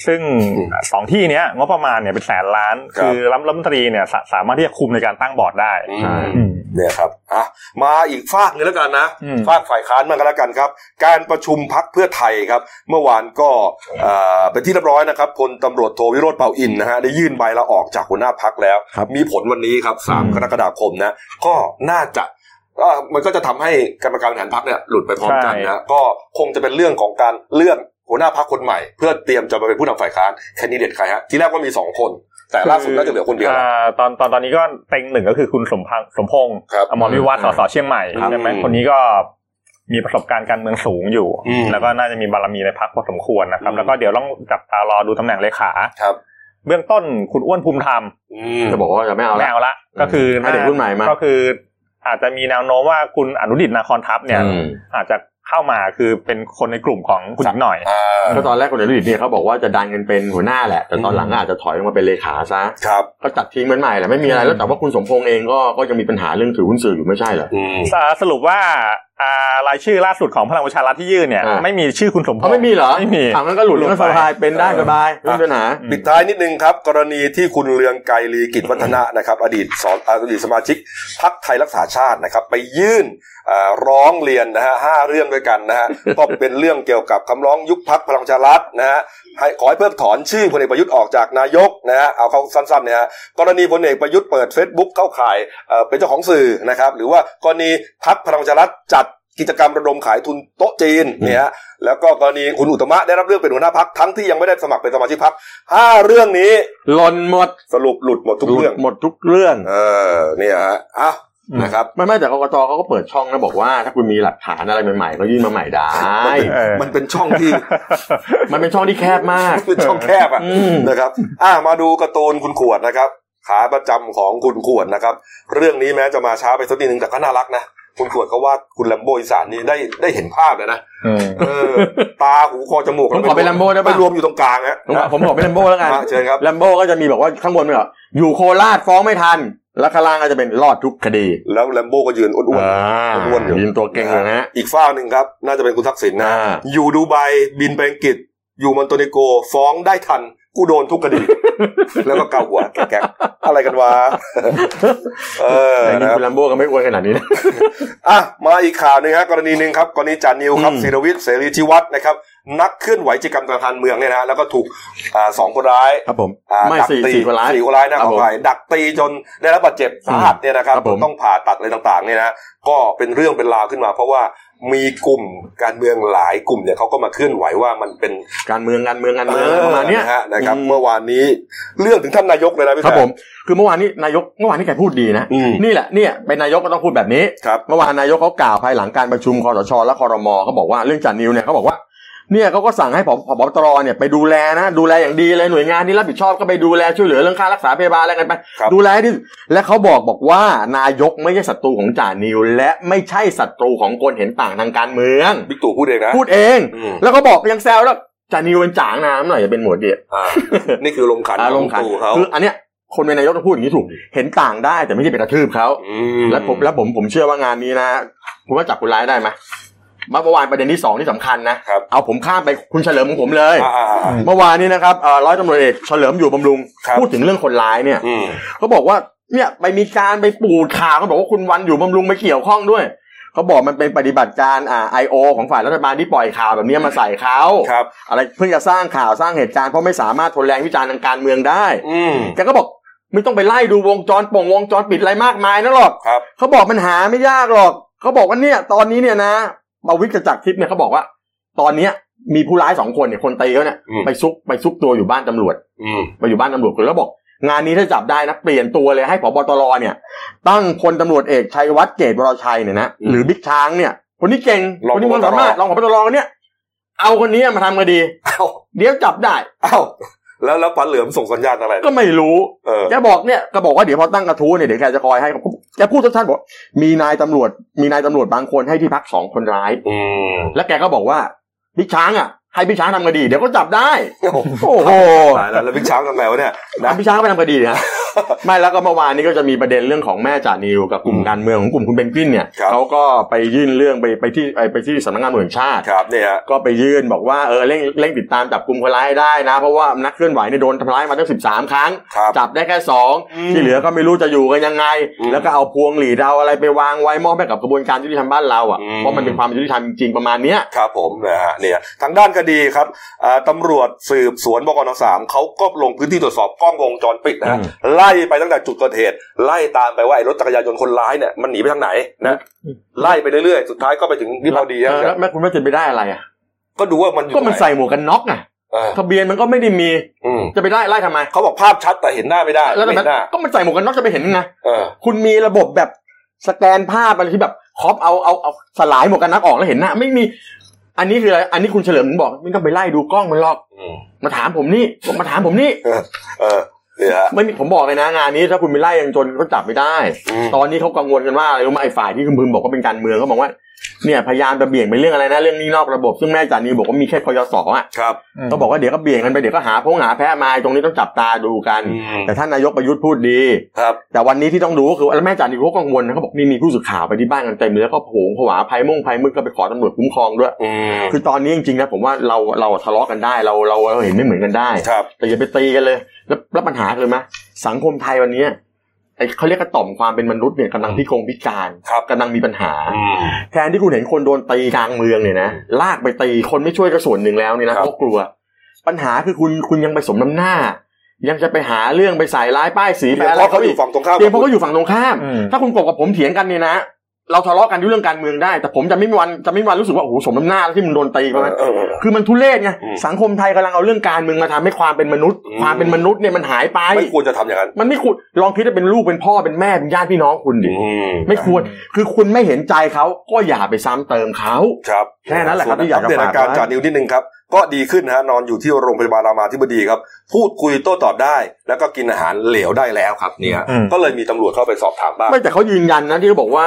S3: ซึ่ง
S1: อืม
S3: สองที่เนี้ยงบประมาณเนี่ยเป็นแสนล้าน
S1: ครับ
S3: คือรัฐรัฐมนตรีเนี่ยสาสามารถที่จะคุมในการตั้งบอร์ดได้
S1: อืม
S3: อืม
S1: เนี่ยครับ อ่ะ มาอีกฝากหนึงแล้วกันนะ
S3: อืม
S1: ฝากฝ่ายค้านมางกันแล้วกันครับ การประชุมพักเพื่อไทยครับ เมื่อวานก็เอ่อเป็นที่เรียบร้อยนะครับ พลตำรวจโทวิโรธเปาอินนะฮะ ได้ยื่นใบลาออกจากหัวหน้าพักแล้ว
S2: ครับ
S1: มีผลวันนี้ครับ
S2: อืม
S1: 3 กรกฎาคมนะ ก็น่าจะเอ่อมันก็จะทำให้กรรมการบริหารพักเนี่ยหลุดไปพร้อมกันนะ ก็คงจะเป็นเรื่องของการเลือกหัวหน้าพักคนใหม่ เพื่อเตรียมจะมาเป็นผู้นำฝ่ายค้านแคนดิเดตใครฮะ ที่แรกก็มีสองคน แต่ล่าสุดน่าจะเหลือคนเดียวแล้ว
S3: อ่าตอนตอนตอนนี้ก็เต็งหนึ่งก็คือคุณสมพังสมพงษ์
S1: ครับ
S3: อมรวิวัฒน์ส
S2: อ่า
S3: สเชียงใหม่
S1: ครับ
S3: ใช่ไหม
S1: อืม
S3: คนนี้ก็มีประสบการณ์การเมืองสูงอยู่
S1: อืม
S3: แล้วก็น่าจะมีบารมีในพักพอสมควรนะครับ
S1: อืม
S3: แล้วก็เดี๋ยวต้องจับตารอดูตำแหน่งเลขา
S1: ครับ
S3: เบื้องต้นคุณอ้วนภูมิธรรม
S1: อืม
S2: จะบอกว่าจะไม่เอา
S3: ไม่
S2: แล้ว
S3: เอาละก็คือ
S2: ให้เด็กรุ่นใหม่มา
S3: ก็คือ อาจจะมีแนวโน้มว่าคุณอนุดิตนาคอนทัพเนี่ย
S2: อืม
S3: อาจจะเข้ามาคือเป็นคนในกลุ่มของคุณหญิงหน่อย
S1: อ่า
S2: ก็ตอนแรกคนเดลิตเนี่ยเขาบอกว่าจะดันกันเป็นหัวหน้าแหละ แต่ตอนหลังก็อาจจะถอยลงมาเป็นเลขาซะ
S1: ครับ
S2: ก็จัดทีมเป็นใหม่แหละไม่มีอะไรแล้วแต่ว่าคุณสมพงษ์เองก็ก็ยังมีปัญหาเรื่องถือหุ้นสื่ออยู่ไม่ใช่เหรอ
S1: อืม
S3: อ่าสรุปว่าอ่ารายชื่อล่าสุดของพลังประชารัฐที่ยื่นเนี่ย
S2: อ่า
S3: ไม่มีชื่อคุณสมพง
S2: เขา
S3: ษ์
S2: ไม่มีเหรอ
S3: ไม่มี
S2: อ่ะงั้นก็หลุดแล้วก็สบายเป็นได้สบายไม่มีปัญหา
S1: ปิดท้ายนิดนึงครับ กรณีที่คุณเลืองไกรลีกิจวัฒนะนะครับ อดีตสอนอดีตสมาชิกพักไทยรักษาชาตินะครับ ไปยื่นเอ่อร้องเรียนนะฮะห้าเรื่องด้วยกันนะฮะ ก็เป็นเรื่องเกี่ยวกับคำร้องยุบพักพลังประชารัฐนะฮะให้ขอให้เพิกถอนชื่อพลเอกประยุทธ์ออกจากนายกนะฮะเอาเขาสั้นๆเนี่ยฮะกรณีพลเอกประยุทธ์เปิด Facebook เข้าข่ายเอ่อเป็นเจ้าของสื่อนะครับ หรือว่ากรณีพักพลังประชารัฐจัดกิจกรรมระดมขายทุนโต๊ะจีนเนี่ยฮะแล้วก็กรณีคุณอุตตมะได้รับเลือกเป็นหัวหน้าพักทั้งที่ยังไม่ได้สมัครเป็นสมาชิกพัก ห้าเรื่องนี้
S2: หล่นหมด
S1: สรุปหลุดหมดทุกเรื่อง
S2: หลุดหมดทุกเรื่อง
S1: เออเนี่ยฮะอ่ะนะครับ
S2: ไม่ไม่แต่กกตเขาก็เปิดช่องนะบอกว่า ถ้าคุณมีหลักฐานอะไรใหม่ๆก็ยื่นมาใหม่ได้
S3: เออ
S1: มันเป็นช่อง ที่
S2: มันเป็นช่องที่แคบมาก
S1: มันเป็นช่องแคบอ่ะ
S2: อืม
S1: นะครับอ่ะมาดูการ์ตูนคุณขวดนะครับ ขาประจำของคุณขวดนะครับ เรื่องนี้แม้จะมาช้าไปสักนิดนึงแต่ก็น่ารักนะ คุณขวดเขาว่าคุณแลมโบอีสานนี่ได้ได้เห็นภาพเลยนะ
S3: อืม
S1: เอ อ ตาหูคอจมูก
S2: ผมขอเป็น Lambo ได้ปะ
S1: ปรวมอยู่ตรงกลางฮะ
S2: ผมผมบอกเป็นลัมโบ้แล้วกัน
S1: มาเชิญครับ
S2: ลัมโบ้ก็จะมีแบบว่าข้างบนเนี่ยอยู่โคราชฟ้องไม่ทัน แล้วข้างล่างก็จะเป็นรอดทุกคดี
S1: แล้วแลมโบก็ยืนอ้วนๆ อ้วนอยู่
S2: ยืนตัวเก่งเลยนะฮะ
S1: อีกฝ้าหนึ่งครับ น่าจะเป็นคุณทักษิณนะ
S2: อ่า
S1: อยู่ดูไบบินไปอังกฤษ อยู่มอนโตเนโกฟ้องได้ทัน กูโดนทุกคดี แล้วก็เกาหัวแกะๆอะไรกัน วะ เออ
S2: แต่จริ
S1: นะ
S2: ง
S1: ครับ
S2: ๆคุณลัมโบ้ก็ไม่อวยขนาดนี้นะ
S1: อ่ะมาอีกข่าวหนึ่งครับกรณีหนึ่งครับ กรณีจานิวครับ
S2: อืม
S1: ศิรวิทย์เสรีธิวัฒน์นะครับ นักเคลื่อนไหวกิจกรรมทางการเมืองเนี่ยนะฮะแล้วก็ถูกอ่าสองคนร้าย
S2: ครับผม
S1: อ่า
S2: ไม่
S1: ดั
S2: สี่
S1: ตี
S2: สี่คนร้าย
S1: สี่คนร้ายนะ
S2: ค
S1: ข
S2: รับ
S1: อ
S2: ผม
S1: ไปดักตีจนได้รับบาดเจ็บสาหัสเนี่ยนะครับ
S2: ครับผม
S1: ต้องผ่าตัดอะไรต่างๆเนี่ยนะก็เป็นเรื่องเป็นราวขึ้นมา เพราะว่ามีกลุ่มการเมืองหลายกลุ่มเนี่ยเขาก็มาเคลื่อนไหวว่ามันเป็น
S2: การเมืองการเมืองการเมืองอะไรประมาณเนี้ย
S1: ฮะนะครับ
S2: อืม
S1: เมื่อวานนี้เรื่องถึงท่านนายกเลยนะพี่
S2: ครับ
S1: แพ
S2: ผ
S1: ท
S2: ม คือเมื่อวานนี้นายกเมื่อวานนี้แกพูดดีนะ
S1: อืม
S2: นี่แหละเนี่ยเป็นนายกก็ต้องพูดแบบนี้
S1: ครับ
S2: เมื่อวานนายกเขากล่าวภายหลังการประชุมคอสชและคอรมอเขาบอกว่าเรื่องจันนิวเนี่ยเขาบอกว่าเนี่ยเขาก็สั่งให้ผบผบตรเนี่ยไปดูแลนะ ดูแลอย่างดีเลยหน่วยงานที่รับผิดชอบก็ไปดูแลช่วยเหลือเรื่องค่ารักษาพยาบาลอะไรกันไป
S1: ครับ
S2: ดูแลให้ดิและเขาบอกบอกว่านายกไม่ใช่ศัตรูของจานิว และไม่ใช่ศัตรูของคนเห็นต่างทางการเมือง
S1: บิ๊กตู่พูดเองนะ
S2: พูดเอง
S1: อืม
S2: แล้วก็บอกยังแซวแล้วจานิวเป็นจางน้ำหน่อยอย่าเป็นหมวดเดียด
S1: อ่านี่คือลมขัน
S2: อารมณ์
S1: ข
S2: ขั
S1: อน งบิ๊กตู่เขา
S2: คืออันเนี้ยคนเป็นนายกต้องพูดอย่างนี้ถูก เห็นต่างได้แต่ไม่ใช่ไปกระทืบเขา
S1: ม
S2: แล้วผมแล้วผมผมเชื่อว่างานนี้นะคุณว่าจับคนร้ายได้ไหมเมื่อวานประเด็นที่สองที่สำคัญนะ
S1: ครับ
S2: เอาผมข้ามไปคุณเฉลิมของผมเลย
S1: อ่าอ่าอ่า
S2: เมื่อวานนี้นะครับเอ่อร้อยตำรวจเอกเฉลิมอยู่บำรุง
S1: ครับ
S2: พูดถึงเรื่องคนร้ายเนี่ย
S1: อืม
S2: เขาบอกว่าเนี่ยไปมีการไปปูดข่าวเขาบอกว่าคุณวันอยู่บำรุงไปเกี่ยวข้องด้วยเขาบอกมันเป็นปฏิบัติการอ่าไอโอของฝ่ายรัฐบาลที่ปล่อยข่าวแบบนี้มาใส่เขา
S1: ครับ
S2: อะไรเพื่อจะสร้างข่าวสร้างเหตุการณ์เพราะไม่สามารถทนแรงวิจารณ์ทางการเมืองได้
S1: อืม
S2: แกก็บอกไม่ต้องไปไล่ดูวงจรป่งวงจรปิดอะไรมากมายนะหรอก
S1: ครับ
S2: เขาบอกมันหาไม่ยากหรอก เขาบอกว่าเนี่ย ตอนนี้เนี่ยนะประวิตรจักรทิพย์เนี่ยเขาบอกว่า ตอนเนี้ยมีผู้ร้ายสองคนเนี่ยคนตีเขาเนี่ย
S1: อืม
S2: ไปซุกไปซุกตัวอยู่บ้านตำรวจ
S1: อืม
S2: ไปอยู่บ้านตำรวจแล้วบอก งานนี้ถ้าจับได้นะเปลี่ยนตัวเลยให้ผบตรเนี่ย ตั้งพลตำรวจเอกชัยวัฒน์เกตวรชัยเนี่ยนะหรือบิ๊กช้างเนี่ย คนนี้เก่งคนนี้มันสามารถรองผบตรเนี่ย เอาคนนี้มาทำคดี
S1: เอ้า
S2: เดี๋ยวจับได้
S1: เอ้าแล้วแล้วปันเหลือมส่งสัญญาณอะไร
S2: ก็ไม่รู้
S1: เออ
S2: แกบอกเนี่ยแก็บอกว่าเดี๋ยวพอตั้งกระทู้เนี่ยเดี๋ยวแกจะคอยให้แกพูดสั้นๆบอกมีนายตำรวจ มีนายตำรวจบางคนให้ที่พักสองคนร้าย
S1: อืม
S2: แล้วแกก็บอกว่าพี่ช้างอ่ะ ให้พี่ช้างทำคดี เดี๋ยวก็จับได้ โอ้โห
S1: ตายแล้วแล้วบิ๊กช้างทำไงวะเนี่ย
S2: นะ
S1: นะ
S2: พี่ช้างก็ไปทำคดี นะ ไม่แล้วก็เมื่อวานนี้ก็จะมีประเด็นเรื่องของแม่จ่านิวกับกลุ่มการเมืองของกลุ่มคุณเป็นกวินเนี่ย
S1: ครับ
S2: เขาก็ไปยื่นเรื่องไปไปที่ไปไปที่สำนักงานตำรวจแห่งชาติ
S1: ครับเนี่ยฮะ
S2: ก็ไปยื่นบอกว่าเออเร่งเร่งติดตามจับกลุ่มคนร้ายให้ได้นะ เพราะว่านักเคลื่อนไหวเนี่ยโดนทำร้ายมาตั้งสิบสามครั้ง
S1: ครับ
S2: จับได้แค่สอง
S1: อืม
S2: ที่เหลือก็ไม่รู้จะอยู่กันยังไง
S1: อืม
S2: แล้วก็เอาพวงหลีดเอาอะไรไปวางไว้มอบให้กับกระบวนการยุติธรรมบ้านเราอ่ะ
S1: อืม
S2: เพราะมันเป็นความยุติธรรมจริงๆประมาณเนี้ย
S1: ครับผมนะฮะเนี่ยทางด้านคดีครับอ่าตำรวจสืบสวนบกนสามเขาก็ลงพื้นที่ตรวจสอบกล้องวงจรปิดนะฮะ
S2: อืม
S1: ไล่ไปตั้งแต่จุดเกิดเหตุ ไล่ตามไปว่าไอ้รถจักรยานยนต์คนร้ายเนี่ยมันหนีไปทางไหนนะไล่ไปเรื่อยๆ สุดท้ายก็ไปถึงวิภาวดี
S2: เอ
S1: นะ
S2: อแล้วแม่คุณว่าจะไปได้อะไรอ่ะ
S1: ก็ดูว่ามันอยู่
S2: ก็มัน
S1: ตรงไห
S2: ใส่หมวกกันน็อกอ่ะ
S1: เออ
S2: ทะเบียนมันก็ไม่ได้มี
S1: อืม
S2: จะไปไล่ไล่ทำไม
S1: เขาบอกภาพชัดแต่เห็นหน้าไม่ได้
S2: แล้วทำ
S1: ไม่เห็
S2: ไม
S1: นหน้า
S2: ก็มันใส่หมวกกันน็อกจะไปเห็นยังไง
S1: เออ
S2: คุณมีระบบแบบสแกนภาพอะไรที่แบบครอปเอาเอาเอาสลายหมวกกันน็อกออกแล้วเห็นหน้าไม่มี อันนี้คืออะไรอันนี้คุณเฉลิมถึงบอกไม่ต้องไปไล่ดูกล้องมันหรอก
S1: อืม
S2: มาถามผมนี่บอกมาถามผมนี่
S1: เออเนี่ยฮะ
S2: ไม่มีผมบอกเลยนะงานนี้ถ้าคุณไปไล่ยังจนก็จับไม่ได้
S1: อืม
S2: ตอนนี้เขากังวลกันว่าอะไรรู้ไหมไอ้ฝ่ายที่คุณพึงบอกว่าเป็นการเมืองเขาบอกว่าเนี่ยพยายามจะเบี่ยงไปเรื่องอะไรนะเรื่องหนี้นอกระบบซึ่งแม่จานีบอกว่ามีแค่พยศอ่ะ
S1: ครับ
S2: เขาบอกว่าเดี๋ยวก็เบี่ยงกันไปเดี๋ยวก็หาพงหาแพ้มาตรงนี้ต้องจับตาดูกัน
S1: อืม
S2: แต่ท่านนายกประยุทธ์พูดดี
S1: ครับ
S2: แต่วันนี้ที่ต้องดูก็คือแล้วแม่จานีเขากังวลนะเขาบอกนี่มีผู้สื่อข่าวไปที่บ้านกันเต็มเลยแล้วก็โผงผวาภัยมุ่งภัยมืดก็ไปขอตำรวจคุ้มครองด้วย
S1: อืม
S2: คือตอนนี้จริงๆนะผมว่าเราเราทะเลาะกันได้เราเราเราเห็นไม่เหมือนกันได้
S1: ครับ
S2: แต่อย่าไปตีกันเลย แล้วแล้วปัญหาคือไหมสังคมไทยวันเนี้ยไอ้เขาเรียกกระต่อมความเป็นมนุษย์เนี่ยกำลังพิกงพิการ
S1: ครับ
S2: กำลังมีปัญหา
S1: อืม
S2: แทนที่คุณเห็นคนโดนตีกลางเมืองเนี่ยนะลากไปตีคนไม่ช่วยก็ส่วนหนึ่งแล้วเนี่ยนะครับ เพราะกลัว ปัญหาคือคุณคุณยังไปสมน้ำหน้า ยังจะไปหาเรื่องไปใส่ร้ายป้ายสีไป
S1: เพียง
S2: อะ
S1: เพ
S2: ไร
S1: ราะเขา
S2: เขา
S1: อ
S2: อี
S1: ยู่
S2: ก
S1: ฝั่งตรงข้าม
S2: เพียงเพราะเขาอยู่ฝั่งตรงข้าม
S3: อืม
S2: ถ้าคุณกบกับผมเถียงกันเนี่ยนะ เราทะเลาะกันด้วยเรื่องการเมืองได้ แต่ผมจะไม่มีวันจะไม่มีวันรู้สึกว่าโอ้โหสมน้ำหน้าแล้วที่มึงโดนตีประมาณ
S1: เออเออ
S2: คือมันทุเรศไง
S1: อืม
S2: สังคมไทยกำลังเอาเรื่องการเมืองมาทำให้ความเป็นมนุษย์
S1: อืม
S2: ความเป็นมนุษย์เนี่ยมันหายไป
S1: ไม่ควรจะทำอย่างนั้น
S2: มันไม่ควรลองคิดว่าเป็นลูกเป็นพ่อเป็นแม่เป็นญาติพี่น้องคุณดิ
S1: อืม
S2: ไม่ควรคือคุณไม่เห็นใจเขาก็อย่าไปซ้ำเติมเขา
S1: ครับ
S2: แค่นั้นแหละครับที่อยากจะ
S1: ส่วน
S2: ฝาก
S1: อัปเดตอาการ
S2: ไว้
S1: จานิวนิดนึงครับ ก็ดีขึ้นนะฮะนอนอยู่ที่โรงพยาบาลรามาธิบดีครับ พูดคุยโต้ตอบได้ แล้วก็กินอาหารเหลวได้แล้วครับเนี่ย
S3: อืม
S1: ก็เลยมีตำรวจเข้าไปสอบถามบ้าง
S2: ไม่แต่เขายืนยันนะที่เขาบอกว่า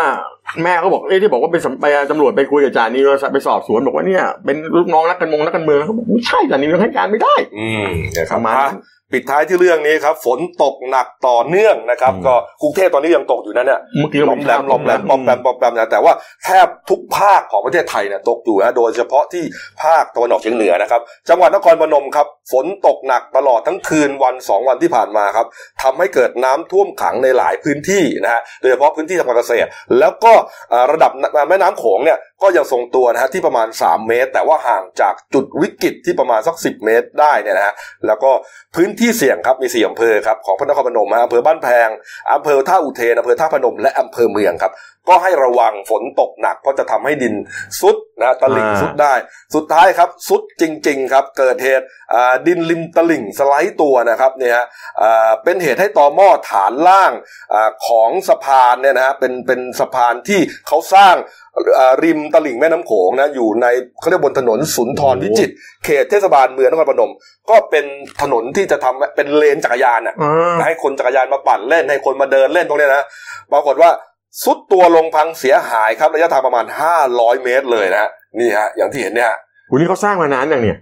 S2: แม่เขาบอกเอ้ยที่บอกว่าเป็นสำไปตำรวจไปคุยกับจานิวไปสอบสวนบอกว่าเนี่ยเป็นลูกน้องนักการเมืองนักการเมืองเขาบอกไม่ใช่จานิวให้การไม่ได้
S1: อืมนะครั
S2: ป
S1: บ
S2: ระมาณ
S1: อ่ะ
S2: นั้น
S1: ปิดท้ายที่เรื่องนี้ครับ ฝนตกหนักต่อเนื่องนะครับ
S2: อืม
S1: ก็กรุงเทพตอนนี้ยังตกอยู่นะเนี่ย
S2: เมื่อกี้เรา
S1: หลอมแหลมหลอมแหลมปอมแปมปอมแปมนะแต่ว่าแทบทุกภาคของประเทศไทยเนี่ยตกอยู่นะโดยเฉพาะที่ภาคตะวันออกเฉียงเหนือนะครับ จังหวัดนครพนมครับ ฝนตกหนักตลอดทั้งคืนวันสองวันที่ผ่านมาครับทำให้เกิดน้ำท่วมขังในหลายพื้นที่นะฮะโดยเฉพาะพื้นที่ทางการเกษตร แล้วก็เอ่อระดับแม่น้ำโขงเนี่ยก็ยังทรงตัวนะฮะที่ประมาณ 3 เมตร แต่ว่าห่างจากจุดวิกฤตที่ประมาณสัก 10 เมตรได้เนี่ยนะฮะแล้วก็พื้นที่เสี่ยงครับมีสี่อำเภอครับของพระนครพนมฮะอำเภอบ้านแพงอำเภอท่าอุเทนอำเภอท่าพนมและอำเภอเมืองครับ ก็ให้ระวังฝนตกหนักเพราะจะทำให้ดินซุดนะฮะตลิ่ง
S2: อ่า
S1: ซุดได้ สุดท้ายครับซุดจริง ๆ ครับเกิดเหตุอ่าดินริมตลิ่งสไลด์ตัวนะครับเนี่ยฮะอ่าเป็นเหตุให้ต่อหม้อฐานล่าง อาของสะพานเนี่ยนะฮะเป็นเป็นสะพานที่เขาสร้างอ่าริมตลิ่งแม่น้ำโขงนะอยู่ในเขาเรียกบนถนนสุนทรวิจิตรเขตเทศบาลเมืองนครพนม ก็เป็นถนนที่จะทำเป็นเลนจักรยานน่ะ
S2: อ่า
S1: ให้คนจักรยานมาปั่นเล่นให้คนมาเดินเล่นตรงเนี้ยนะปรากฏว่าสุดตัวลงพังเสียหายครับระยะทางประมาณ 500 เมตรเลยนะฮะนี่ฮะอย่างที่เห็นเนี่ยฮะ
S2: วันนี้เขาสร้างมานานอย่างเนี่ย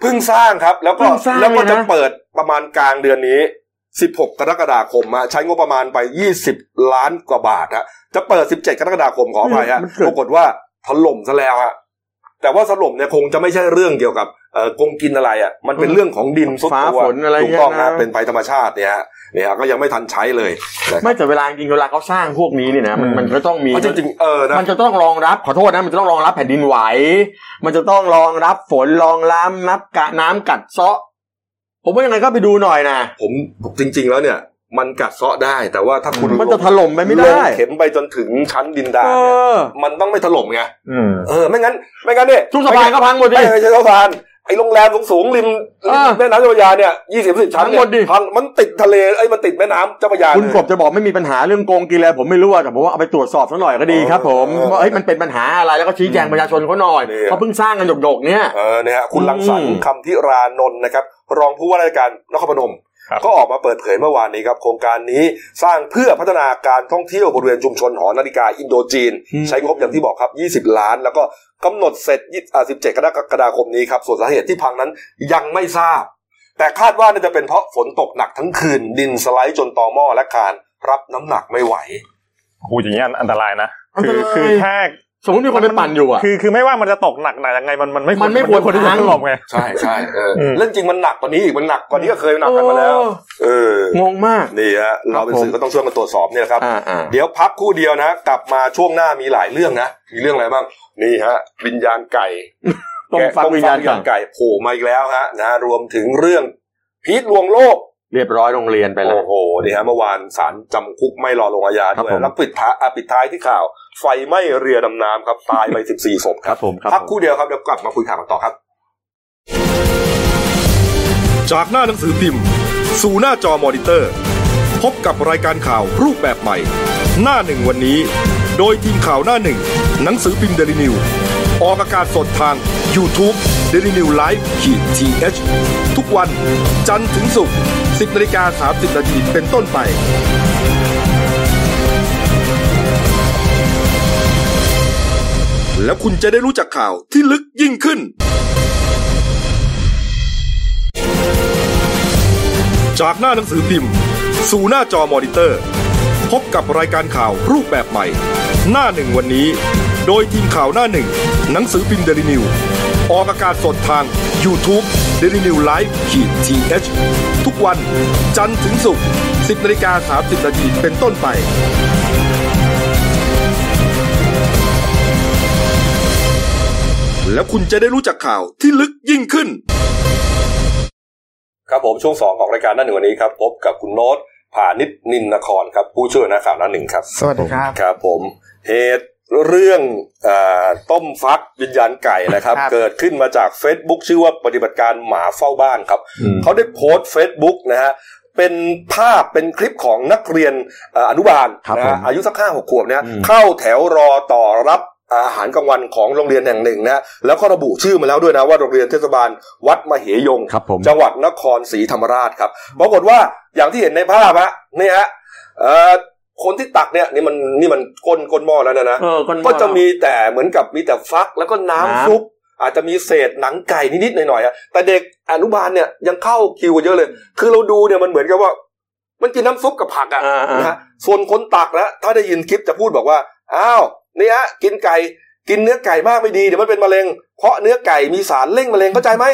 S1: เพิ่งสร้างครับแล้วก็
S2: เพิ่งสร้าง
S1: แล้วก็จะ
S2: เลยนะ
S1: เปิดประมาณกลางเดือนนี้ 16 กรกฎาคมฮะใช้งบประมาณไป 20 ล้านกว่าบาทฮะจะเปิด 17 กรกฎาคมขออภัยฮะ
S2: มันเกิด
S1: ปรากฏว่าถล่มซะแล้วฮะแต่ว่าสลมเนี่ยคงจะไม่ใช่เรื่องเกี่ยวกับเอ่อกงกินอะไรอ่ะมันเป็นเรื่องของดินสุด
S2: ฟ้า
S1: ตัว
S2: ฝนอะไร
S1: ถูก
S2: เงี้
S1: ต้อย งฮะ
S2: นะ
S1: เป็นภัยธรรมชาติเนี่ยฮะเนี่ยฮะก็ยังไม่ทันใช้เลยนะครับ
S2: ไม่แต่เวลาจริงๆเวลาเขาสร้างพวกนี้เนี่ยนะมัน
S3: อืม
S2: มันก็ต้องมี
S1: เอาจริงๆเออนะ
S2: มันจะต้องรองรับขอโทษนะ มันจะต้องรองรับแผ่นดินไหว มันจะต้องรองรับฝนรองรับนับกะน้ำกัดเซาะ ผมว่ายังไงก็ไปดูหน่อยนะ
S1: ผมจริง ๆ แล้วเนี่ย มันกัดเซาะได้ แต่ว่าถ้าคุณ
S2: มันจะถล่มไปไม่
S1: ลง
S2: ได้
S1: เข็มไปจนถึงชั้นดินดา
S2: เอน
S1: เนี่ย
S2: อ
S1: มันต้องไม่ถล่มไง
S3: อืม
S1: เออไม่งั้นไม่งั้นเนี่ย
S2: ทุกสะพานก็พังหมดดิ
S1: ไม่ใช่เจ้าพานไอ้โรงแรมสูงๆริม
S2: เออ
S1: แม่น้ำเจ้าพระยาเนี่ยยี่สิบสิบชั้น
S2: ทั้
S1: เนี่
S2: งหม
S1: ย
S2: ดดิ
S1: พังมันติดทะเลไอ้ยมันติดแม่น้ำเจ้าพระยา
S2: คุณ
S1: เลย
S2: กบจะบอกไม่มีปัญหาเรื่องโกงกินอะไรผมไม่รู้อะแต่ผมว่าเอาไปตรวจสอบสักหน่อยก็ดีครับ ผม
S1: เออ
S2: ว่าเอ้ยมันเป็นปัญหาอะไรแล้วก็ชี้แจงประชาชนเขาหน่อย
S1: นี่
S2: เขาเพิ่งสร้างกันหยกๆเนี่ย
S1: เออเนี่ยฮะคุณ
S2: อืม
S1: ลังสรรค์คำทิรานนท์นะครับ รองผู้ว่าราชการนครพนม
S3: ครับ
S1: ก็ออกมาเปิดเผยเมื่อวานนี้ครับ โครงการนี้สร้างเพื่อพัฒนาการท่องเที่ยวบริเวณชุมชนหอนาฬิกาอินโดจีน ใช้งบอย่างที่บอกครับ 20 ล้าน แล้วก็กำหนดเสร็จ20อ่า17 กรกฎาคมนี้ครับ ส่วนสาเหตุที่พังนั้นยังไม่ทราบ แต่คาดว่าน่าจะเป็นเพราะฝนตกหนักทั้งคืน ดินสไลด์จนตอหม้อและคานรับน้ำหนักไม่ไหว
S3: คูอย่างเงี้ยอันตรายนะ
S2: อันต
S3: คือ
S2: ราย
S3: คือแค่
S2: สมมติมีคนไปปั่นอยู่อะ
S3: คือคือไม่ว่ามันจะตกหนักหนายังไงมันมันไม่
S2: มันไม่ควร
S3: ที่จะ
S2: พัง
S3: ถล่มไง
S1: ใช่ใช่เอออ
S3: ม
S1: เรื่องจริงมันหนักกว่านี้อีกมันหนักกว่านี้ก็เคยหนักกันมาแล้ว
S2: เออ
S1: เออ
S2: งงมาก
S1: นี่ฮะเราเป็น
S2: ครับผม
S1: สื่อก็ต้องช่วยกันตรวจสอบเนี่ยนะครับ
S2: อ่าอ่า
S1: เดี๋ยวพักครู่เดียวนะกลับมาช่วงหน้ามีหลายเรื่องนะ มีเรื่องอะไรบ้าง นี่ฮะวิญญาณไก่
S2: ต้มฟัก
S1: แกะ
S2: วิญญาณไก่
S1: ไก่โผล่มาอีกแล้วฮะนะรวมถึงเรื่องพีทลวงโลก
S2: เรียบร้อยโรงเรียนไปแล้ว
S1: โอ้โหนี่ฮะเมื่อวานศาลจำคุกไม่รอลงอาญา
S2: ครับ
S1: ด้วย
S2: ผม
S1: แล้วปิดท้ายอ่ะปิดท้ายที่ข่าว ไฟไหม้เรือดำน้ำครับ ตายไป 14ศพค
S2: ครับ รับผมครับ
S1: พัก
S2: ผม
S1: ครู่เดียวครับเดี๋ยวกลับมาคุยข่าวกันต่อครับ
S4: จากหน้าหนังสือพิมพ์ สู่หน้าจอมอนิเตอร์ พบกับรายการข่าวรูปแบบใหม่ หน้าหนึ่งวันนี้ โดยทีมข่าวหน้าหนึ่ง หนังสือพิมพ์เดลิวิวออกอากาศสดทาง YouTube d e l i n e w l i v e ขีดทีเทุกวันจันทร์ถึงศุกร์10นาฬิกา30นาทีเป็นต้นไป แล้วคุณจะได้รู้จักข่าวที่ลึกยิ่งขึ้น จากหน้าหนังสือพิมพ์ สู่หน้าจอมอนิเตอร์ พบกับรายการข่าวรูปแบบใหม่ หน้าหนึ่งวันนี้ โดยทีมข่าวหน้าหนึ่ง หนังสือพิมพ์เดลิวิวออกอากาศสดทาง y o u t u เดลิวิวไลฟ์ขีดทีเทุกวันจันทร์ถึงศุกร์10นาฬิกา30นาทีเป็นต้นไป แล้วคุณจะได้รู้จักข่าวที่ลึกยิ่งขึ้น
S1: ครับผมช่วงสองของรายการหนั่นหนึ่งวันนี้ครับพบกับคุณโน้ตผานิชนินนครครับผู้ช่วยหัวหนะข่าวหนั่นหนึ่งครับ
S5: สวัสดีครับ
S1: ครับผมเหตุเรื่องเออต้มฟักวิญญาณไก่นะครับ
S5: ครับ
S1: เกิดขึ้นมาจาก Facebook ชื่อว่าปฏิบัติการหมาเฝ้าบ้านครับ เขาได้โพสต์ Facebook นะฮะเป็นภาพเป็นคลิปของนักเรียนเอ่ออนุบาล
S2: ครับ
S1: นะ
S2: ผ
S1: ฮะ
S2: ม
S1: อายุสักห้าหกขวบเนี่ย
S2: อืม
S1: เข้าแถวรอต่อรับอาหารกลางวันของโรงเรียนแห่งหนึ่งนะฮะแล้วก็ระบุชื่อมาแล้วด้วยนะว่าโรงเรียนเทศบาลวัดมเหยง
S2: ครับผม
S1: จังหวัดนครศรีธรรมราชครับปรากฏว่าอย่างที่เห็นในภาพฮะนี่ฮะเอ่อ คนที่ตักเนี่ยนี่มันนี่มันก้นก้นหม้อแล้วนะนะ
S2: เออคน
S1: ก็
S2: ว่า
S1: จะมีแต่เหมือนกับมีแต่ฟักแล้วก็น้ำ
S2: น้ำ
S1: ซุป อาจจะมีเศษหนังไก่นิดๆหน่อยๆอะแต่เด็กอนุบาลเนี่ยยังเข้าคิวกันเยอะเลย คือเราดูเนี่ยมันเหมือนกับว่า มันกินน้ำซุปกับผักอะ
S2: อ่าอ่า
S1: นะฮะส่วนคนตักนะถ้าได้ยินคลิปจะพูดบอกว่าอ้าวนี่ฮะกินไก่กินเนื้อไก่มากไม่ดีเดี๋ยวมันเป็นมะเร็ง เพราะเนื้อไก่มีสารเร่งมะเร็งเข้าใจไหม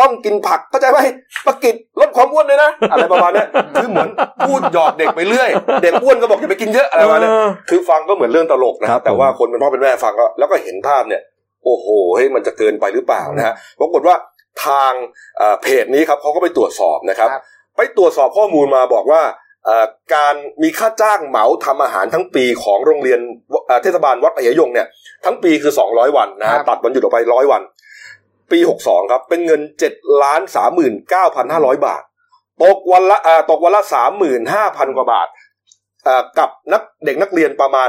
S1: ต้องกินผักเข้าใจไหมประกิดลดความอ้วนเลยนะอะไรประมาณเนี้ยคือเหมือนพูดหยอกเด็กไปเรื่อยเด็กอ้วนก็บอกอย่าไปกินเยอะอะไรประมาณเนี้ย
S2: เออ
S1: คือฟังก็เหมือนเรื่องตลกนะ
S5: ค
S1: ค
S5: รั
S1: รั
S5: บบ ผม
S1: แต่ว่าคนเป็นพ่อเป็นแม่ฟังก็แล้วก็เห็นภาพเนี่ย โอ้โหเฮ้ยมันจะเกินไปหรือเปล่านะฮะปรากฏว่าทางเอ่อเพจนี้ครับเขาก็ไปตรวจสอบนะครับ
S6: ครับ
S1: ไปตรวจสอบข้อมูลมาบอกว่าเอ่อการมีค่าจ้างเหมาทำอาหารทั้งปีของโรงเรียนเอ่อเทศบาลวัดอเหยยงเนี่ยทั้งปีคือ 200 วันนะ
S6: ครั
S1: ฮะ
S6: บ
S1: ตัดวันหยุดออกไป 100 วัน ปี 62 ครับ เป็นเงิน7ล้าน39,500 บาท ตกวันละเอ่อตกวันละ 35,000 กว่าบาทเอ่อกับนักเด็กนักเรียนประมาณ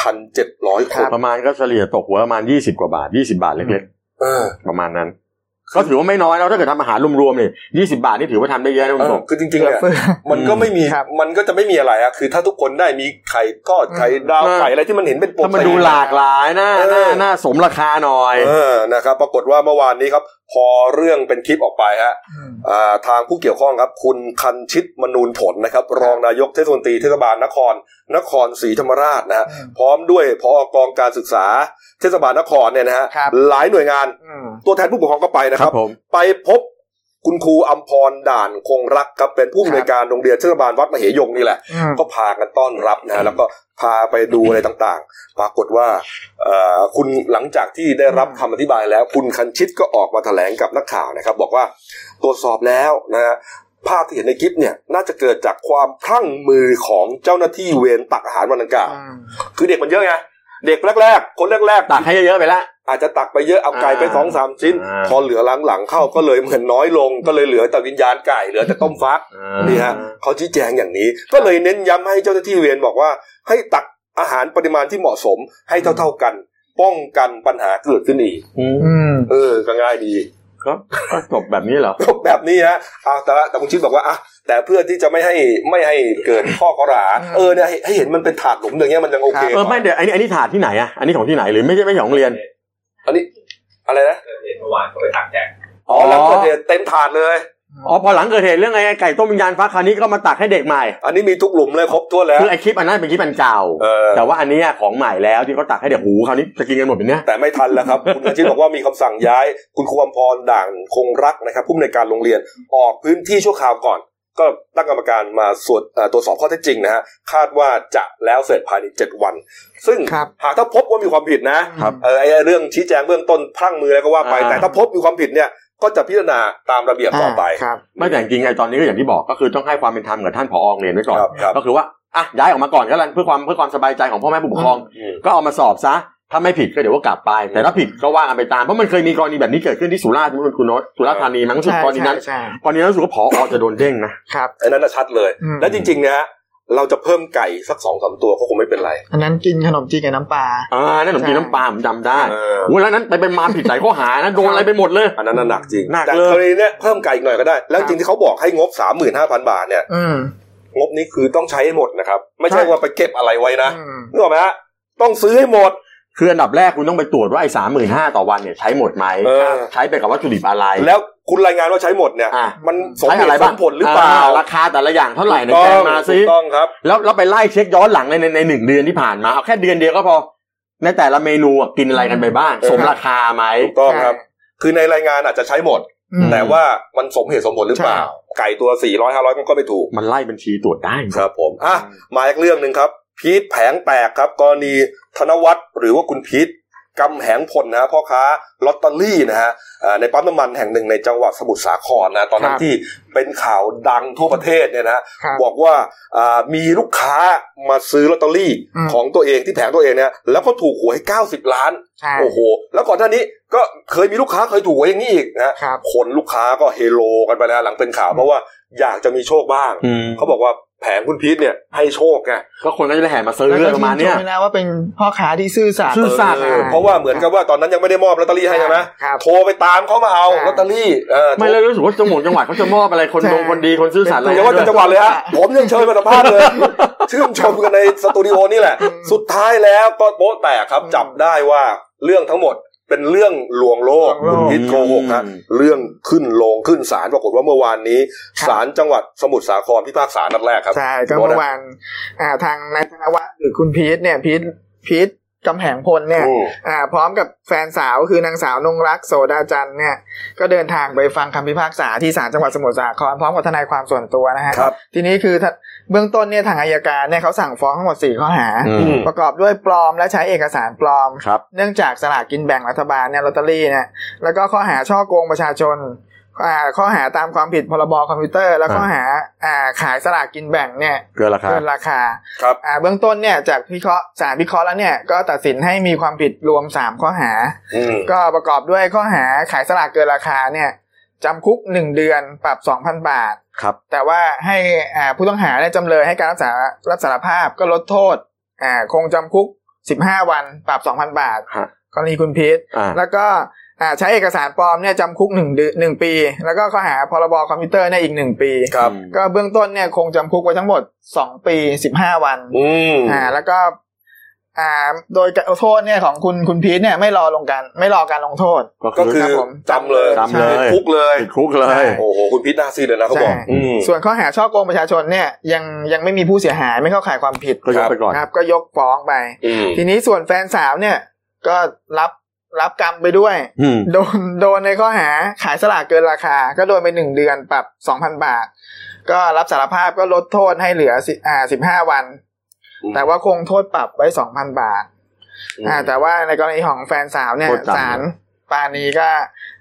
S1: 1,700 ค
S6: ครั
S1: น
S6: บ
S2: ประมาณก็เฉลี่ยตกหัวประมาณยี่สิบกว่าบาทยี่สิบาทเล็ก
S1: เออ
S2: ๆประมาณนั้น ก็ถือว่าไม่น้อยแล้วถ้าเกิดทำอาหารรวมๆเนี่ยยี่สิบาทนี่ถือว่าทำได้เยอะนะคุณผม
S1: คือจริงๆเนี่ย
S6: เฟื่อ
S1: มันก็ไม่มี
S6: ครับ
S1: มันก็จะไม่มีอะไรอะคือถ้าทุกคนได้มีไข่ทอดไข่ดาว
S2: อืม
S1: ไข่อะไรที่มันเห็นเป็นปก
S2: ถ้ามัน
S1: ติ
S2: ดูหลากหลายน่า
S1: เออ
S2: น่าน่าสมราคาหน่อย
S1: เออนะครับ ปรากฏว่าเมื่อวานนี้ครับ พอเรื่องเป็นคลิปออกไปฮะ อ่าทางผู้เกี่ยวข้องครับ คุณคันชิตมนูนผลนะครับ รองนายกเทศมนตรีเทศบาลนคร นครศรีธรรมราชนะฮะ
S6: อืม
S1: พร้อมด้วยพอกองการศึกษาเทศบาลนครเนี่ยนะฮะ
S6: ครับ
S1: หลายหน่วยงาน
S6: อืม
S1: ตัวแทนผู้ปกครองก็ไปนะ
S2: ค
S1: ค
S2: รั
S1: รั
S2: บบ ผม
S1: ไปพบคุณครูอัมพรด่านคงรักครับเป็นผู้อำนวยการโรงเรียนเทศบาลวัดมเหยงนี่แหละ
S6: อืม
S1: ก็พากันต้อนรับนะฮะแล้วก็พาไปดูอะไรต่างๆ ปรากฏว่าเอ่อคุณหลังจากที่ได้รับคำอธิบายแล้ว คุณคันชิตก็ออกมาแถลงกับนักข่าวนะครับ บอกว่าตรวจสอบแล้วนะฮะภาพที่เห็นในคลิปเนี่ยน่าจะเกิดจากความพลั้งมือของเจ้าหน้าที่เวรตักอาหารวันดังกล่าว
S6: อืม
S1: คือเด็กมันเยอะไงเด็กแรกๆ คนแรกๆ
S2: ตักให้เยอะๆไปละ
S1: อาจจะตักไปเยอะเอาไก่ไป
S2: อ่า
S1: สองสามชิ้น
S2: อ่า
S1: พอเหลือหลังๆเข้าก็เลยเหมือนน้อยลง ก็เลยเหลือแต่วิญญาณไก่เหลือแต่ต้มฟักนี่ฮะเขาชี้แจงอย่างนี้ ก็เลยเน้นย้ำให้เจ้าหน้าที่เวรบอกว่า ให้ตักอาหารปริมาณที่เหมาะสมให้เท่าๆกัน ป้องกันปัญหาเกิดขึ้นอีก
S2: อืม
S6: อืม
S1: เออก็ง่ายดี
S2: ครับก็จบแบบนี้เหรอ
S1: แบบนี้ฮะอ้าวแต่ละแต่คุณชิดบอกว่าอ่ะแต่เพื่อที่จะไม่ให้ไม่ให้เกิดข้อข้อหา
S6: อืม
S1: เออเนี่ยให้ให้เห็นมันเป็นถาดหลุมอย่างเงี้ยมันยังโอเค
S2: เออไม่เดี๋ยวอันนี้อันนี้ถาดที่ไหนอ่ะอันนี้ของที่ไหนหรือไม่ใช่ไม่ใช่ของโรงเรียน
S1: อะไรนะ
S7: เมื่อวานก็ไปตักแจก
S1: อ๋อหลังเกิดเหตุเต็มถาดเลย
S2: อ๋อพอหลังเกิดเหตุเรื่องไอ้ไก่ต้มวิญญาณฟ้าคราวนี้ก็มาตักให้เด็กใหม่
S1: อันนี้มีทุกหลุมเลยครบทั่วนแล้ว
S2: คือไอ้คลิปอันนั้นเป็นคลิปอันเก่า
S1: เออ
S2: แต่ว่าอันเนี้ยของใหม่แล้วที่เขาตักให้เด็กหูคราวนี้จะกินกันหมดเป็นเนี้ย
S1: แต่ไม่ทันแล้วครับ คุณอาชิตบอกว่ามีคำสั่งย้าย คุณครูอมพรด่างคงรักนะครับผู้อำนวยการโรงเรียนออกพื้นที่ชั่วคราวก่อน ก็ตั้งกรรมการมาสวดเอ่อตรวจสอบข้อเท็จจริงนะฮะคาดว่าจะแล้วเสร็จภายใน7วัน ซึ่ง
S6: ครับ
S1: หากถ้าพบว่ามีความผิดนะครับ เออไอ้เรื่องชี้แจงเบื้องต้นพลั้งมือแล้วก็ว่าไป
S2: อ่า
S1: แต่ถ้าพบมีความผิดเนี่ยก็จะพิจารณาตามระเบียบต่อไป
S6: ครับ
S2: ไม่แต่จริงๆไอ้ตอนนี้ก็อย่างที่บอกก็คือต้องให้ความเป็นธรรมกับท่านผอโรงเรียนไว้ก่อน
S1: ครับครับ
S2: ก็คือว่าอ่ะย้ายออกมาก่อนก็แล้วเพื่อความเพื่อความสบายใจของพ่อแม่ผู้ปกครอง
S1: อืม
S2: ก็เอามาสอบซะ ถ้าไม่ผิดก็เดี๋ยวก็กลับไป แต่ถ้าผิดก็ว่ากันไปตาม เพราะมันเคยมีกรณีแบบนี้เกิดขึ้นที่สุราษฎร์มั้งคุณโนตสุราษฎร์ธานีมั้ง
S6: ใช่
S2: กรณีนั้น
S6: ใช่
S2: กรณีนั้นรู้สึกว่าผอจะโดนเด้งนะ
S6: ครับ
S1: อันนั้นนะชัดเลย
S6: อืม
S1: และจริงๆนะฮะเราจะเพิ่มไก่สักสองสามตัวก็คงไม่เป็นไร
S6: อันนั้นกินขนมจีนกับน้ำปลา
S2: อ่านั่นขนมจีนน้ำปลาผมจำได้
S1: เออ
S2: โอ้ยแล้วนั้นไปไปมาผิดหลายข้อหานะโดนอะไรไปหมดเลย
S1: อันนั้นนะหนักจริง
S2: หนัก
S1: แต่
S2: เลย
S1: กรณีเนี้ยเพิ่มไก่อีกหน่อยก็ได้ แล้ว
S6: ครับ
S1: จริงที่เขาบอกให้งบ 35,000 บาทเนี่ย
S6: อืม
S1: งบนี้คือต้องใช้ให้หมดนะครับ ไม่ใช่ว่าไปเก็บอะไรไว้นะ
S6: อืม
S1: นึกออกไหมฮะต้องซื้อให้หมด
S2: คืออันดับแรกคุณต้องไปตรวจว่าไอ้สามหมื่นห้าต่อวันเนี่ยใช้หมดไหม
S1: เออ
S2: ใช้ไปกับวัตถุดิบอะไร
S1: แล้วคุณรายงานว่าใช้หมดเนี่ย
S2: อ่ะ
S1: มันสม
S2: ใช้
S1: เห
S2: อะไร
S1: ตุส
S2: บ้าง
S1: มผลหรือเปล่า
S2: ราคาแต่ละอย่างเท่าไหร่ในแจ้งมาซิ
S1: ถูกต้องครับ
S2: แล้วแล้วไปไล่เช็คย้อนหลังในในในหนึ่งเดือนที่ผ่านมาเอาแค่เดือนเดียวก็พอ ในแต่ละเมนูอ่ะกินอะไรกันไปบ้าง
S1: เออ
S2: สมราคาไหม
S1: ถูกต้องครับ
S6: ใช่
S1: คือในรายงานอาจจะใช้หมด
S6: อืม
S1: แต่ว่ามันสมเหตุสมผลหรือเปล่า
S6: ใช่
S1: ไก่ตัว 400 500มันก็ไม่ถูก
S2: มันไล่บัญชีตรวจได้
S1: ครับผม อ่ะ มาอีกเรื่องหนึ่งครับ พีทแผงแตกครับ กรณีธนวัฒน์หรือว่าคุณพีทกำแหงพลนะฮะพ่อค้าลอตเตอรี่นะฮะอ่าในปั๊มน้ำมันแห่งหนึ่งในจังหวัดสมุทรสาครนะ ตอนนั้
S6: คน รับ
S1: ที่เป็นข่าวดังทั่วประเทศเนี่ยนะฮะ
S6: ครับ
S1: บอกว่าอ่ามีลูกค้ามาซื้อลอตเตอรี่
S6: อืม
S1: ของตัวเองที่แผงตัวเองเนี่ยแล้วก็ถูกหวย 90 ล้าน
S6: ใช่
S1: โอ้โห แล้วก่อนหน้านี้ก็เคยมีลูกค้าเคยถูกหวยอย่างนี้อีกนะฮะ
S6: ครับ
S1: คนลูกค้าก็เฮโลกันไปแล้วหลังเป็นข่าวเพราะว่าอยากจะมีโชคบ้าง เขาบอกว่าแผ แผงคุณพีทเนี่ยให้โชคไง
S2: ก็คนก็จะได้แห่มาซื้อเรื่องประมาณเนี้ย
S6: แล้วก็ชมไปแล้วว่าเป็นพ่อค้าที่ซื่อสัตย์
S2: ซื่อสัตย์
S1: เออเพราะว่าเหมือนกับว่าตอนนั้นยังไม่ได้มอบลอตเตอรี่ให้ใช่ไหม
S6: ครับ
S1: โทรไปตามเขามาเอา
S6: ครับ
S1: ลอตเตอรี่เออ
S2: ไม่เลยรู้สึกว่าจังหวงจังหวัดเขาจะมอบอะไรคน
S6: ใช่
S2: ดงคนดีคนซื่อสัตย์อะไร
S1: อย่าว่าแต่จังหวัดเลยฮะผมยังเชิญมาสัมภาษณ์เลย ชื่นชมกันในสตูดิโอนี่แหละ สุดท้ายแล้วก็โป๊ะแตกครับจับได้ว่าเรื่องทั้งหมดเป็นเรื่องลวงโลก
S6: ลวงโลก
S1: คุณพิษโกหกฮะเรื่องขึ้นลงขึ้นศาลปรากฏว่าเมื่อวานนี้ศาลจังหวัดสมุทรสาครพิพากษานัดแรกครับ
S6: ใช่ก็
S1: โบ๊ะ
S6: เมื่อ
S1: นะ
S6: วานอ่าทางนายธนวัฒน์หรือคุณพีทเนี่ยพีทพีทกำแหงพลเนี่ย อ่าพร้อมกับแฟนสาวคือนางสาวนงรักโสดาจันทร์เนี่ยก็เดินทางไปฟังคำพิพากษาที่ศาลจังหวัดสมุทรสาครพร้อมกับทนายความส่วนตัวนะฮะ
S1: ครับ
S6: ทีนี้คือถ้าเบื้องต้นเนี่ยทางอายการเนี่ยเขาสั่งฟ้องทั้งหมด 4 ข้อหา
S2: อื
S1: อื
S2: ม
S1: ม
S6: ประกอบด้วยปลอมและใช้เอกสารปลอม
S2: ครับ
S6: เนื่องจากสลากกินแบ่งรัฐบาลเนี่ยลอตเตอรี่เนี่ยแล้วก็ข้อหาช่อโกงประชาชนอ่าข้อหาตามความผิดพรบคอมพิวเตอร์ และข้อหาอ่าขายสลากกินแบ่งเนี่ย
S2: เกินราคา
S6: เกินราคา
S1: ครับ
S6: อ่าเบื้องต้นเนี่ยจากพิเคราะห์สารพิเคราะห์แล้วเนี่ยก็ตัดสินให้มีความผิดรวม 3 ข้อหา
S1: อืม
S6: ก็ประกอบด้วยข้อหาขายสลากเกินราคาเนี่ยจำคุก 1 เดือนปรับ 2,000 บาท
S2: ครับ
S6: แต่ว่าให้อ่าผู้ต้องหาและจำเลยให้การรับสารรับสารภาพก็ลดโทษอ่าคงจำคุก 15 วันปรับ 2,000 บาท
S2: ฮะ
S6: กรณีคุณพีท
S2: อ่า
S6: แล้วก็อ่าใช้เอกสารปลอมเนี่ยจำคุก1เดือนหนึ่งปี แล้วก็ข้อหาพรบคอมพิวเตอร์เนี่ยอีก 1 ปี
S1: ครับ
S6: ก็เบื้องต้นเนี่ยคงจำคุกไว้ทั้งหมด 2 ปี 15 วัน
S1: อืม
S6: อ่าแล้วก็อ่าโดยโทษเนี่ยของคุณคุณพีทเนี่ยไม่รอลงการไม่รอการลงโทษ
S1: ก็คือ
S6: ครับผม
S1: จำเลย
S2: จำเลย
S1: ติดคุกเลย
S2: ติดคุกเลย
S1: โอ้โห คุณพิษหน้าซีดเลยนะเขาบอก
S6: ใช่
S1: อืม
S6: ส่วนข้อหาช่อโกงประชาชนเนี่ยยังยังไม่มีผู้เสียหายไม่เข้าข่ายความผิด
S2: ก็ยกไปก่อน
S6: ครับ ก็ยกฟ้องไป
S1: อืม
S6: ทีนี้ส่วนแฟนสาวเนี่ยก็รับรับกรรมไปด้วย
S2: อืม
S6: โดนโดนในข้อหาขายสลากเกินราคา ก็โดนไปหนึ่งเดือนปรับสองพันบาท ก็รับสารภาพก็ลดโทษให้เหลือสิอ่าสิบห้าวัน
S1: อืม
S6: แต่ว่าคงโทษปรับไว้สองพันบาท
S1: อืม
S6: อ่า แต่ว่าในกรณีของแฟนสาวเนี่ย
S2: โทษจำ
S6: ศาลปานีก็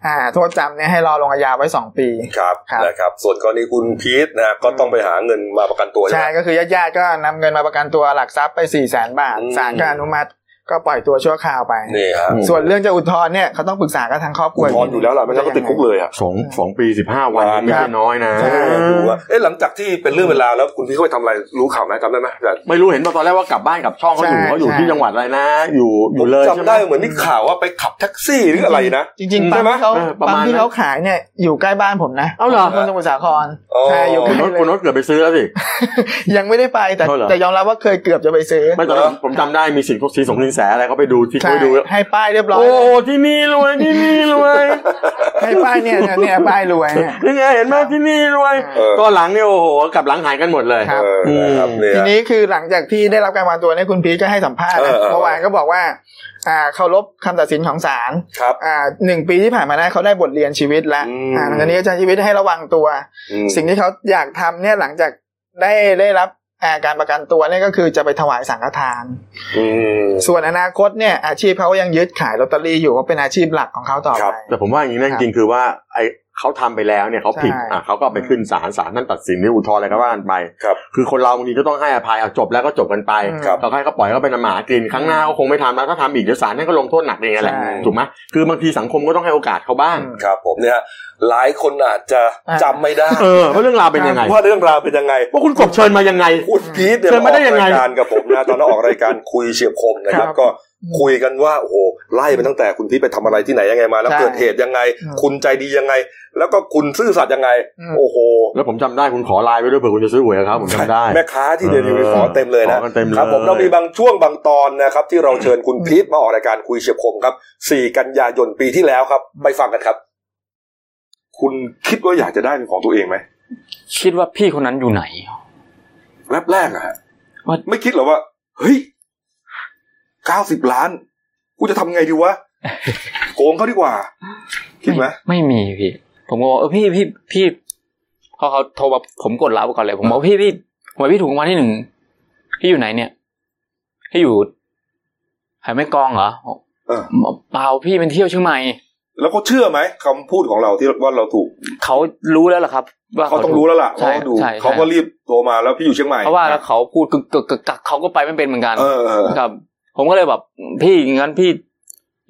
S6: อ่า โทษจำเนี่ยให้รอลงอาญาไว้สองปี
S1: ครับ
S6: ครับ
S1: นะครับ ส่วนกรณีคุณพีทนะฮะก็ต้องไปหาเงินมาประกันตัวใช่
S6: ใช่
S1: ไหม
S6: ก็คือญาติญาติๆก็นำเงินมาประกันตัวหลักทรัพย์ไปสี่แสนบาท
S1: อืม
S6: ศาลก็อนุมัติก็ปล่อยตัวชั่วคราวไป
S1: นี่ฮะ
S2: อืม
S6: ส่วนเรื่องจะอุทธรณ์เนี่ยเขาต้องปรึกษากับทางครอบค
S1: อุ
S6: รัว
S1: ทธรณ์อยู่แล้วล่ะไม่งั้นก็ติดคุกเลยอ่ะ
S2: สองสองปีสิบห้าวัน
S1: นาน
S2: ไม่
S1: ครั
S2: ใช่
S1: บ
S2: น้อยนะ
S1: เออดูว่าเอ๊ะหลังจากที่เป็นเรื่องเวลาวแล้วคุณพีทเขาไปทำอะไรรู้ข่าวไหมจำได้ไหมอาจารย์
S2: ไม่รู้เห็นตอนแรกว่ากลับบ้านกลับช่องเขาอยู่
S6: ใช่
S2: เขาอยู่ที่
S6: ใช่
S2: จังหวัดอะไรนะ อยู่อ
S1: ผ
S2: ยู่
S1: ม
S2: เลย
S1: จำได้เหมือนที่ข่าวว่าไปขับแท็กซี่หรืออะไรนะ
S6: จริงๆปั๊
S1: ใช่
S6: ม
S1: ไหม
S6: ที่เขา
S2: เออประ
S6: ปั๊ม
S2: มาณ
S6: ที่
S2: นั้น
S6: เขาขายเนี่ยอยู่ใกล้บ้านผมนะ
S2: เอ้าเหรอ
S6: ป็นคนสมุทรสาคร
S1: อ๋อ
S6: ใช่อยู่ใก
S2: คุ
S6: ล้
S2: ณโนตคุณ
S6: เล
S2: โน
S6: ย
S2: ตเกิดไปซื้อแล้วสิ
S6: ยังไม่ได้ไปแต่
S2: เท่าเหรอ
S6: แต่ยอมรับว่าเคยเกือบจะไปซื้อ
S2: ไม่ตอนนั้นผมจำได้มีสิ่งพวกสีสงสินแสอะไรเขาไปดูที่
S6: ใช่
S2: เขาไปดูแล้ว
S6: ให้ป้ายเรียบร้อย
S2: โอ้โหที่นี่รวยที่นี่รวย
S6: ให้ป้ายเนี่ยเนี่ยเนี่ยป้ายรวยเนี่ย
S2: นี่ไงเห็นไหมที่นี่รวย
S1: เออ
S2: ก็หลังเนี่ยโอ้โหกลับหลังหายกันหมดเลย
S6: ครับ
S1: เออนะครับเนี่ย
S6: ทีนี้คือหลังจากที่ได้รับการวางตัวเนี่ยคุณพีทก็ให้สัมภาษณ์นะ
S1: เออเออ
S6: เมื่อวานก็บอกว่าอ่าเคารพคำตัดสินของศาล
S1: ครับ
S6: อ่าหนึ่งปีที่ผ่านมาได้เขาได้บทเรียนชีวิตแล้ว
S1: อืม
S6: อ่าหลังจากนี้อาจารย์ชีวิตให้ระวังตัว
S1: อืม
S6: สิ่งที่เขาอยากทำเนี่ยหลังจากได้ได้รับอ่าการประกันตัวเนี่ยก็คือจะไปถวายสังฆทาน
S1: อืม
S6: ส่วนอนาคตเนี่ยอาชีพเขายังยึดขายลอตเตอรี่อยู่เพราะเป็นอาชีพหลักของเขาต่อ
S1: ครั
S6: ไป
S1: บ
S2: แต่ผมว่าอย่างนี้นะ
S6: ครั
S2: จ
S6: บ
S2: ริงๆคือว่าไอเขาทำไปแล้วเนี่ยเขาผิด
S6: ใช่
S2: อ่ะเขาก็ไปขึ้นศาลศาลนั่นตัดสินหรืออุทธรณ์อะไรก็ว่ากันไป
S1: ครับ
S2: คือคนเราบางทีก็ต้องให้อภัยเอาจบแล้วก็จบกันไป
S6: อืม
S1: ครับ
S2: เขาให้เขาปล่อยเขาไปนำหมากินครั้งหน้าก็คงไม่ทำแล้วถ้าทำอีกเดี๋ยวศาลท่านก็ลงโทษหนักเองแหละ
S6: ใช่
S2: ถูกไหมคือบางทีสังคมก็ต้องให้โอกาสเขาบ้าง
S6: อืม
S1: ครับผมเนี่ยฮะหลายคนอาจจะจำไม่ได้
S2: เออว่าเรื่องราวเป็นยังไง
S1: ว่าเรื่องราวเป็นยังไง
S2: ว่าคุณกบเชิญมายังไง
S1: คุณพีทเนี่ย
S2: เชิญมาได้ยังไง
S1: ออกรายการกับผมนะตอนนั้นออกรายการคุยเฉียบคมนะครับ
S6: ครับ
S1: ก็คุยกันว่าโอ้โหไล่ไปตั้งแต่คุณพีทไปทำอะไรที่ไหนยังไงมา แล้ว
S6: ใช่
S1: เกิดเหตุยังไง
S6: อืม
S1: คุณใจดียังไง แล้วก็คุณซื่อสัตย์ยังไง
S6: อืม
S1: โอ้โห
S2: แล้วผมจำได้คุณขอไลน์ไว้ด้วยเผื่อคุณจะซื้อหวยกับเขาผมจำได้
S1: แม่ค้าที่เดลิเวอ
S2: เอ
S1: รี่
S2: อ
S1: ขอเต็มเลยนะ
S2: ขอกันเต็มเลย
S1: ครับผมเรามีบางช่วงบางตอนนะครับที่เราเชิญคุณพีทมาออกรายการคุยเฉียบคมครับ4กันยายนปีที่แล้วครับไปฟังกันครับ คุณคิดว่าอยากจะได้เป็นของตัวเองไหม
S5: คิดว่าพี่คนนั้นอยู่ไหน
S1: แรบแรกอะฮะ
S5: ว่า
S1: ไม่คิดเหรอว่าเฮ้ยเก้าสิบล้านกูจะทำไงดีวะ โกงเขาดีกว่า คิดไหม
S5: ไม่มีพี่ ผมก็บอกเออพี่พี่พี่เขาเขาโทรมาผมกดรับก่อนเลย ผมบอกพี่พี่ผมว่าพี่ถูกรางวัลที่หนึ่งพี่อยู่ไหนเนี่ยพี่อยู่หายไม่กองเหรอบอก
S1: เออ
S5: เปล่าพี่เป็นเที่ยวเชียงใหม่
S1: แล้วเขาเชื่อไหมคำพูดของเราที่ว่าเราถูก
S5: เขารู้แล้วล่ะครับ ว่า
S1: เขาต้องรู้แล้วล่ะ
S5: ใช่
S1: เขาดู
S5: ใช่
S1: เขาก็รีบโทรมาแล้วพี่อยู่เชียงใหม่
S5: เพราะว่าแล้วเขาพูดกึกกึกกึกกักเขาก็ไปไม่เป็นเหมือนกัน
S1: เออเออ
S5: ครับ ผมก็เลยแบบพี่งั้นพี่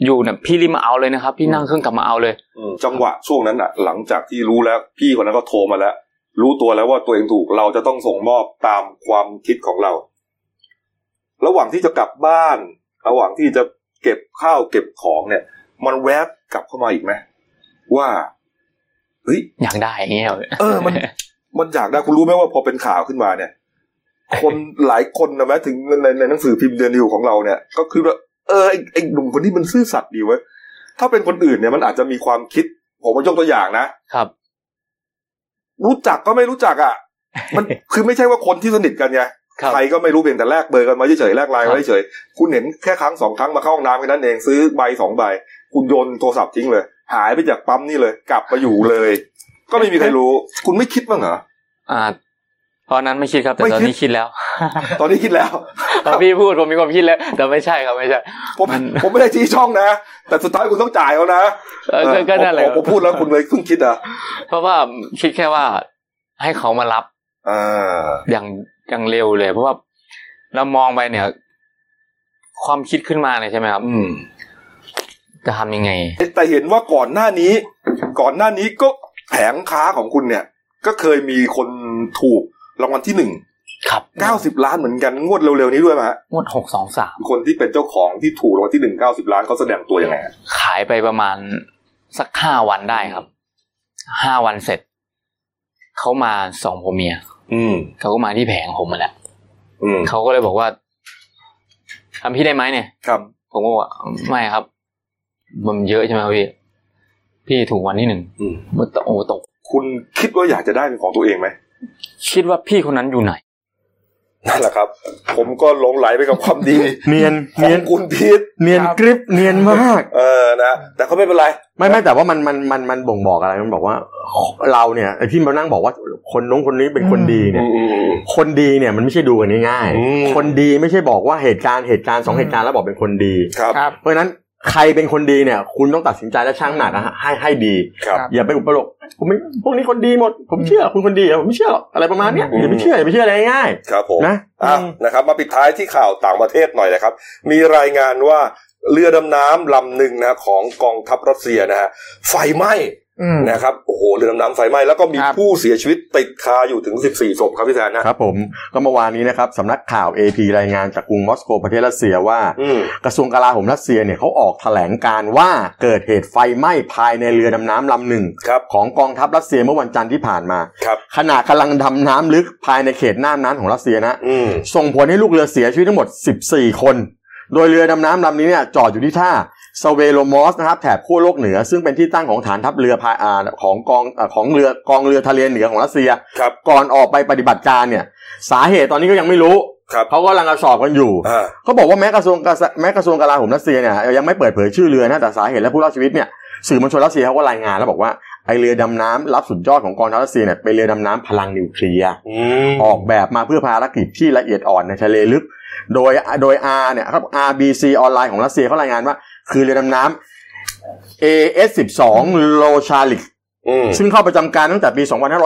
S5: อยู่เนี่ยพี่รีบมาเอาเลยนะครับ พี่นั่งเครื่องกลับมาเอาเลย
S1: อืมจังหวะช่วงนั้นอ่ะ หลังจากที่รู้แล้ว พี่คนนั้นก็โทรมาแล้ว รู้ตัวแล้วว่าตัวเองถูกเราจะต้องส่งมอบตามความคิดของเรา ระหว่างที่จะกลับบ้าน ระหว่างที่จะเก็บข้าวเก็บของเนี่ย มันแวบกลับเข้ามาอีกไหมว่าเฮ้ย
S5: อยากได้อย่างเงี้ยหร
S1: เออมัน มันอยากได้คุณรู้ไหมว่าพอเป็นข่าวขึ้นมาเนี่ย คนหลายคนนะแม้ถึงในในหนังสือพิมพ์เดนิวของเราเนี่ย ก็คือว่าเออไอ้ไอ้หนุ่มคนนี้มันซื่อสัตย์ดีเว้ยถ้าเป็นคนอื่นเนี่ยมันอาจจะมีความคิด ผมมายกตัวอย่างนะ
S5: ครับ
S1: รู้จักก็ไม่รู้จักอ่ะ มันคือไม่ใช่ว่าคนที่สนิทกันไง
S5: ครับ
S1: ใครก็ไม่รู้เพียงแต่แลกเบอร์กันมาเฉยๆแลกไลน์
S5: ครั
S1: มา
S5: บ
S1: เฉยๆคุณเห็นแค่ครั้งสองครั้งมาเข้าห้องน้ำแค่นั้นเองซื้อใบสองใบ คุณโยนโทรศัพท์ทิ้งเลย หายไปจากปั๊มนี่เลย กลับมาอยู่เลย ก็ไม่มีใครรู้ คุณไม่คิดบ้างเหรอ
S5: อ่า ตอนนั้นไม่คิดครับแต่
S1: ไม่
S5: ตอน
S1: คิด
S5: นี้คิดแล้ว
S1: ตอนนี้คิดแล้ว
S5: ตอนพี่พูดผมมีความคิดแล้ว แต่ไม่ใช่ครับไม่ใช่
S1: ผม
S5: มัน
S1: ผมไม่ได้ชี้ช่องนะ แต่สุดท้ายคุณต้องจ่ายเขานะ
S5: เออก็ก็นั่นแหละ
S1: ผมผมผมพูดแล้วคุณเลยเพิ่งคิดอ่ะ
S5: เพราะว่าคิดแค่ว่าให้เขามารับ
S1: อ่า
S5: อย่างอย่างเร็วเลย เพราะว่าเรามองไปเนี่ย ความคิดขึ้นมาเลยใช่ไหมครับ
S1: อืม
S5: จะทำยังไง
S1: เอ๊ะแต่เห็นว่าก่อนหน้านี้ ก่อนหน้านี้ก็แผงค้าของคุณเนี่ย ก็เคยมีคนถูกรางวัลที่หนึ่ง
S5: ครับ
S1: เก้าสิบล้านเหมือนกันงวดเร็วๆนี้ด้วยไหมฮะ
S5: งวดหกสองสาม
S1: คนที่เป็นเจ้าของที่ถูกรางวัลที่หนึ่งเก้าสิบล้านเขาแสดงตัวยังไงฮะ
S5: ขายไปประมาณสักห้าวันได้ครับห้าวันเสร็จ เขามาสองผัวเมีย
S1: อืม
S5: เขาก็มาที่แผงผมมาแหละ
S1: อืม
S5: เขาก็เลยบอกว่าทำพี่ได้ไหมเนี่ย
S1: ครับ
S5: ผมก็บอกว่าไม่ครับ มันเยอะใช่ไหมครับพี่ พี่ถูกวันที่หนึ่ง
S1: อืม
S5: มันตกโอ้ตก
S1: คุณคิดว่าอยากจะได้เป็นของตัวเองไหม
S5: คิดว่าพี่คนนั้นอยู่ไหน
S1: นั่นแหละครับ ผมก็หลงไหลไปกับความดี
S2: เนียน
S1: ขอ
S2: เนียน
S1: งคุณพีท
S2: เนียนกริบเนียนมาก
S1: เออนะแต่ก็ไม่เป็นไร
S2: ไม่ไม่แต่ว่ามันมันมันมันบ่งบอกอะไรมันบอกว่าเราเนี่ยไอ้ที่มานั่งบอกว่าคนน้องคนนี้เป็นคนดีเนี่ย คนดีเนี่ยมันไม่ใช่ดูกันง่าย
S1: อืม
S2: ๆคนดีไม่ใช่บอกว่าเหตุการณ์เหตุการณ์สองเหตุการณ์แล้วบอกเป็นคนดี
S1: ครับ
S6: ครับ
S2: เพราะฉะนั้นใครเป็นคนดีเนี่ย คุณต้องตัดสินใจและช่างหนักนะฮะให้ให้ดี
S1: ครับ
S2: อย่าไปอุปโลกผมไม่พวกนี้คนดีหมด ผมเชื่อคุณคนดีผมไม่เชื่อหรอกอะไรประมาณเนี้ย
S1: อืม
S2: อย่าไปเชื่ออย่าไปเชื่ออะไรง่าย
S1: ครับผม
S2: นะ
S1: อ่ะ
S2: อืม
S1: นะครับ มาปิดท้ายที่ข่าวต่างประเทศหน่อยนะครับ มีรายงานว่าเรือดำน้ำลำหนึ่งนะของกองทัพรัสเซียนะฮะไฟไหม้
S6: อืม
S1: นะครับโอ้โหเรือดำน้ำไฟไหม้แล้วก็มี
S6: ครับ
S1: ผู้เสียชีวิตติดคาอยู่ถึง 14ศพครับพี่แซนนะครับ
S2: ผมก็เมื่อวานนี้นะครับสำนักข่าว AP รายงานจากกรุงมอสโกประเทศรัสเซียว่า
S1: อืม
S2: กระทรวงกลาโหมรัสเซียเนี่ยเขาออกแถลงการว่าเกิดเหตุไฟไหม้ภายในเรือดำน้ำลำหนึ่ง
S1: ครับ
S2: ของกองทัพรัสเซียเมื่อวันจันทร์ที่ผ่านมา
S1: ครับ
S2: ขณะกำลังดำน้ำลึกภายในเขตน่านน้ำของรัสเซียนะ
S1: อืม
S2: ส่งผลให้ลูกเรือเสียชีวิตทั้งหมด 14 คน โดยเรือดำน้ำลำนี้เนี่ยจอดอยู่ที่ท่าสเวโลมอสนะครับแถบขั้วโลกเหนือ ซึ่งเป็นที่ตั้งของฐานทัพเรือพายอ่าของกองอ่าของเรือกองเรือทะเลเหนือของรัสเซีย
S1: ครับ
S2: ก่อนออกไปปฏิบัติการเนี่ย สาเหตุตอนนี้ก็ยังไม่รู้
S1: ครับ
S2: เขากำลังสอบกันอยู่
S1: อ่า
S2: เขาบอกว่าแม้กระทรวงกระทรวงแม้กระทรวงกลาโหมรัสเซียเนี่ยยังไม่เปิดเผยชื่อเรือนะแต่สาเหตุและผู้รอดชีวิตเนี่ยสื่อมวลชนรัสเซียเขาก็รายงานแล้วบอกว่าไอเรือดำน้ำรับสุดยอดของกองทัพรัสเซียเนี่ยเป็นเรือดำน้ำพลังนิวเคลียร์
S1: อืม
S2: ออกแบบมาเพื่อภารกิจที่ละเอียดอ่อนในทะเลลึก โดยโดย R เนี่ยครับ RBC ออนไลน์ของรัสเซียเขารายงานว่า คือเรือดำน้ำ AS12 โลชาลิก
S1: อืม
S2: ซึ่งเข้าประจำการตั้งแต่ปี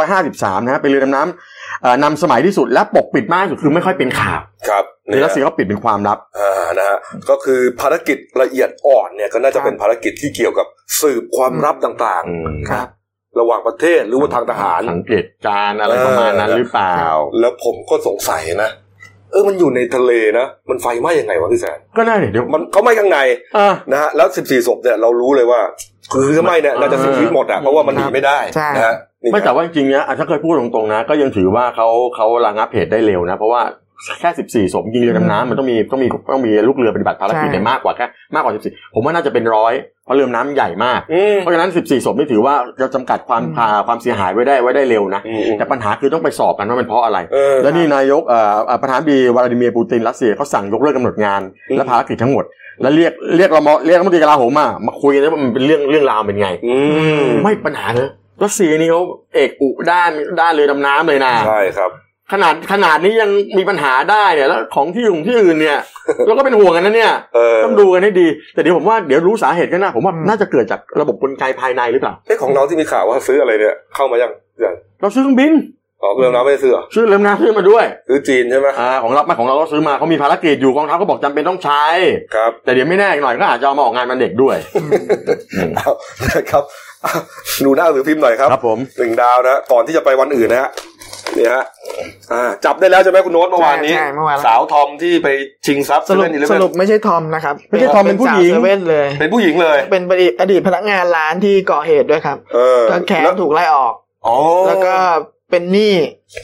S2: 2553 นะฮะเป็นเรือดำน้ำเอ่อนำสมัยที่สุดและปกปิดมากที่สุดคือไม่ค่อยเป็นข่าว
S1: ครับ
S2: ใน
S1: ย
S2: รัสเซียเขาปิดเป็นความลับ
S1: อ่านะฮะก็คือภารกิจละเอียดอ่อนเนี่ยก็น่าจะเป็นภารกิจที่เกี่ยวกับสืบความลับต่าง
S6: ครับ
S1: ๆ ระหว่างประเทศหรือว่าทางทหาร
S2: สังเกตการณ์อะไรประมาณนั้น
S1: เออ
S2: หรือเปล่า
S1: แล้วผมก็สงสัยนะ เออมันอยู่ในทะเลนะ มันไฟไหม้ยังไงวะพี่แสน
S2: ก็น่าเนี่ยเดี๋ยว
S1: มันเขาไหม้ข้างใน
S2: อ่ะ
S1: นะฮะแล้ว14ศพเนี่ยเรารู้เลยว่า คือถ้าไหม้เนี่ยน่าจะเสียชีวิตหมดอ่ะเพราะว่ามันหนีไม่ได้
S6: ใช่
S1: นะฮะนี่
S2: ไม่
S1: ค
S2: แต่
S1: รับ
S2: ว่าจริงๆนะอ่ะถ้าเคยพูดตรงๆนะ ก็ยังถือว่าเขาเขาระงับเหตุได้เร็วนะ เพราะว่าแค่ 14ศพยิงเรือดำน้ำมันต้องมีต้องมีต้องมีลูกเรือปฏิบัติภารกิจ
S6: ใช่
S2: เนี่ยมากกว่าแค่มากกว่า 14 ผมว่าน่าจะเป็นร้อยเพราะเรือดำน้ำใหญ่มาก
S1: อืม
S2: เพราะฉะนั้น 14ศพนี่ถือว่าเราจำกัดความอ่าความเสียหายไว้ได้ไว้ได้เร็วนะ
S1: อืมอืม
S2: แต่ปัญหาคือต้องไปสอบกันว่ามันเพราะอะไร
S1: เออ
S2: และนี่นายกเอ่อเอ่อประธานบีวลาดิเมียร์ปูตินรัสเซียเขาสั่งยกเลิกกำหนดงาน
S1: อืม
S2: และภารกิจทั้งหมด และเรียกเรียกเรามาเรียกรัฐมนตรีกลาโหมมามาคุยกันว่ามันเป็นเรื่องเรื่องราวเป็นไง
S1: อืม
S2: ไม่ปัญหาเลยรัสเซียนี่เขาเอกอุด้านด้านเรือดำน้ำเลยนะ
S1: ใช่ครับ
S2: ขนาดขนาดนี้ยังมีปัญหาได้เนี่ยแล้วของที่อยู่ที่อื่นเนี่ย เราก็เป็นห่วงกันนะเนี่ย
S1: เออ
S2: ต้องดูกันให้ดี แต่เดี๋ยวผมว่าเดี๋ยวรู้สาเหตุก็น่าผมว่าน่าจะเกิดจากระบบกลไกภายในหรือเปล่า
S1: ไอ้ของเราที่มีข่าวว่าซื้ออะไรเนี่ยเข้ามายังยัง
S2: เราซื้อเครื่องบิน
S1: อ๋อเรื่องเราไม่ได้ซื้อเหรอ
S2: ซื้อเรือดำน้ำซื้อมาด้วย
S1: ซื้อจีนใช่ไหม
S2: อ่าของเราไม่ของเราก็ซื้อมาเขามีภารกิจอยู่กองทัพก็บอกจำเป็นต้องใช้
S1: ครับ
S2: แต่เดี๋ยวไม่แน่อีกหน่อยก็อาจจะเอามาออกงานวันเด็กด้วย
S1: เอานะครับ ดูหน้าหนังสือพิมพ์หน่อยครับ
S2: ครับผม
S1: หนึ่งดาวนะก่อนที่จะไปวันอื่นนะฮะนี่ฮะอ่าจับได้แล้วใช่ไหมคุณโน้ตเมื่อวานนี้
S6: ใช่ใช่เมื่อวาน
S1: สาวทอมที่ไปชิงทรัพย์
S6: สรุป
S1: 11
S6: สรุปไม่ใช่ทอมนะครับ
S2: ไม่ใช่ทอมเป็นผู้หญิง
S6: สาวเซเว่นเลย
S1: เป็นผู้หญิงเลย
S6: เป็นอดีตพนักงานร้านที่ก่อเหตุด้วยครับ
S1: เออ
S6: ก็แค้น
S1: ล้ว
S6: ถูกไล่ออก
S1: อ๋อ
S6: แล้วก็เป็นหนี้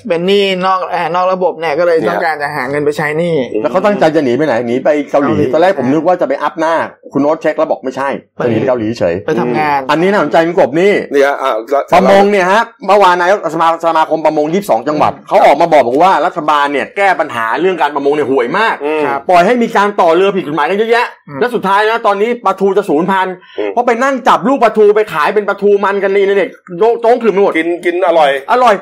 S6: เป็นหนี้นอกเอ่อนอกระบบเนี่ยก็เลย
S1: เนี่ย
S6: ต้องการจะหาเงินไปใช้หนี้
S2: แล้วเขาตั้งใจจะหนีไปไหนหนีไปเกาหลี
S6: เกาหลี
S2: ตอนแรกผมนึกว่าจะไปอัพหน้า คุณโน้ตเช็คแล้วบอกไม่ใช่
S6: ไป
S2: จะหนีไปเกาหลีเฉย
S6: ไปทำงาน
S2: อันนี้น่าสนใจคุณกบนี่
S1: นี่ฮะอ่ะแล้ว
S2: ประมงเนี่ยฮะเมื่อวานนายกสมาสมาคมประมง 22 จังหวัดเขาออกมาบอกบอกว่ารัฐบาลเนี่ยแก้ปัญหาเรื่องการประมงเนี่ยห่วยมาก
S1: อืม
S6: ครับ
S2: ปล่อยให้มีการต่อเรือผิดกฎหมายกันเยอะแยะ
S6: อืม
S2: แล้วสุดท้ายนะตอนนี้ปลาทูจะสูญพันธุ์
S1: อืม
S2: เพราะไปนั่งจับลูกปลาทูไปขายเป็นปลาทูมันกันในอินเทอร์เน็ตโยโจ้งขลืมไปหมด
S1: กินกินอร่อย
S2: อร่อย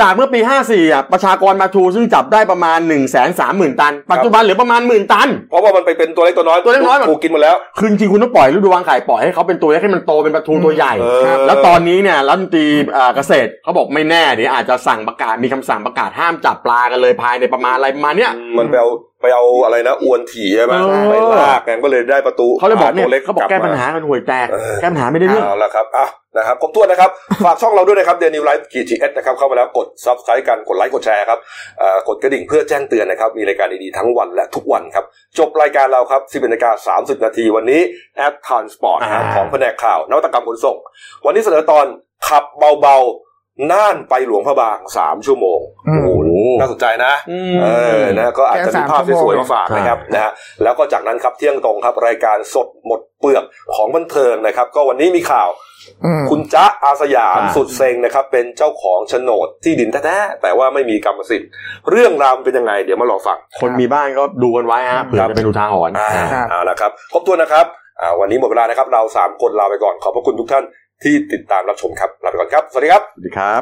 S2: จากเมื่อปี 54 อ่ะ ประชากรปลาทูซึ่งจับได้ประมาณ 1 3 0 0 0 0 ตัน ปัจจุบันเหลือประมาณหมื่นตัน
S1: เพราะว่ามันไปเป็นตัวเล็กตัวน้อย
S2: ตัวเล็กน้อยหมด
S1: ถูกกินหมดแล้ว
S2: คือจริงๆคุณต้องปล่อยฤดูวางไข่ปล่อยให้เขาเป็นตัวเล็กให้มันโตเป็นปลาทูตัวใหญ่
S1: เออ
S2: ครับแล้วตอนนี้เนี่ยรัฐมนตรีเอ่อเกษตรเขาบอกไม่แน่เดี๋ยวอาจจะสั่งประกาศมีคำสั่งประกาศห้ามจับปลากันเลยภายในประมาณอะไรประมาณเนี้ย
S1: มันไปเอาไปเอาอะไรนะอวนถี่ใช่ไหม
S2: เออ
S1: ไปลากกันก็เลยได้ประตู
S2: เขาเลยบอ
S1: ห
S2: กเนี่ย
S1: ตัวล็
S2: เขาบอกแก้ปัญหากันห่วยแตกแก้ปัญหาไม่ได้เรื่อง
S1: เอาละครับอ่ะนะครับครบถ้วน นะครับ ฝากช่องเราด้วยนะครับเดนิวไลฟ์กีจีเอสนะครับเข้ามาแล้วกดซับสไครต์กันกดไลค์กดแชร์ครับเอ่อกดกระดิ่งเพื่อแจ้งเตือนนะครับ มีรายการดีๆทั้งวันและทุกวันครับ จบรายการเราครับ10นาฬิกา30 นาทีวันนี้แอดทานสปอร์ต
S2: อ่า
S1: ของแผนกข่าวนวัตกรรมขนส่ง วันนี้เสนอตอนขับเบาๆน่านไปหลวงพระบางสามชั่วโมง
S6: อืม
S1: โอ้โหน่าสนใจนะ เออ นะ ก็อาจจะมีภาพสวยๆมาฝากนะครับ นะฮะ แล้วก็จากนั้นครับเที่ยงตรงครับ รายการสดหมดเปลือกของบันเทิงนะครับ ก็วันนี้มีข่าว
S6: อืม
S1: คุณจ๊ะอาสยาม
S2: อ่า
S1: สุดเซ็งนะครับ เป็นเจ้าของโฉนดที่ดินแท้ๆ แต่ว่าไม่มีกรรมสิทธิ์ เรื่องราวมันเป็นยังไง เดี๋ยวมาลองฟัง
S2: คนมีบ้านก็ดูกันไว้ฮะเผื่อจะเป็นอุทาหรณ์
S1: อ่า
S6: ครับ
S1: เอาละครับ ครบถ้วนนะครับ อ่า วันนี้หมดเวลานะครับ เราสามคนลาไปก่อน ขอบพระคุณทุกท่านที่ติดตามรับชมครับ ลาไปก่อนครับ สวัสดีครับ
S2: สวัสดีครับ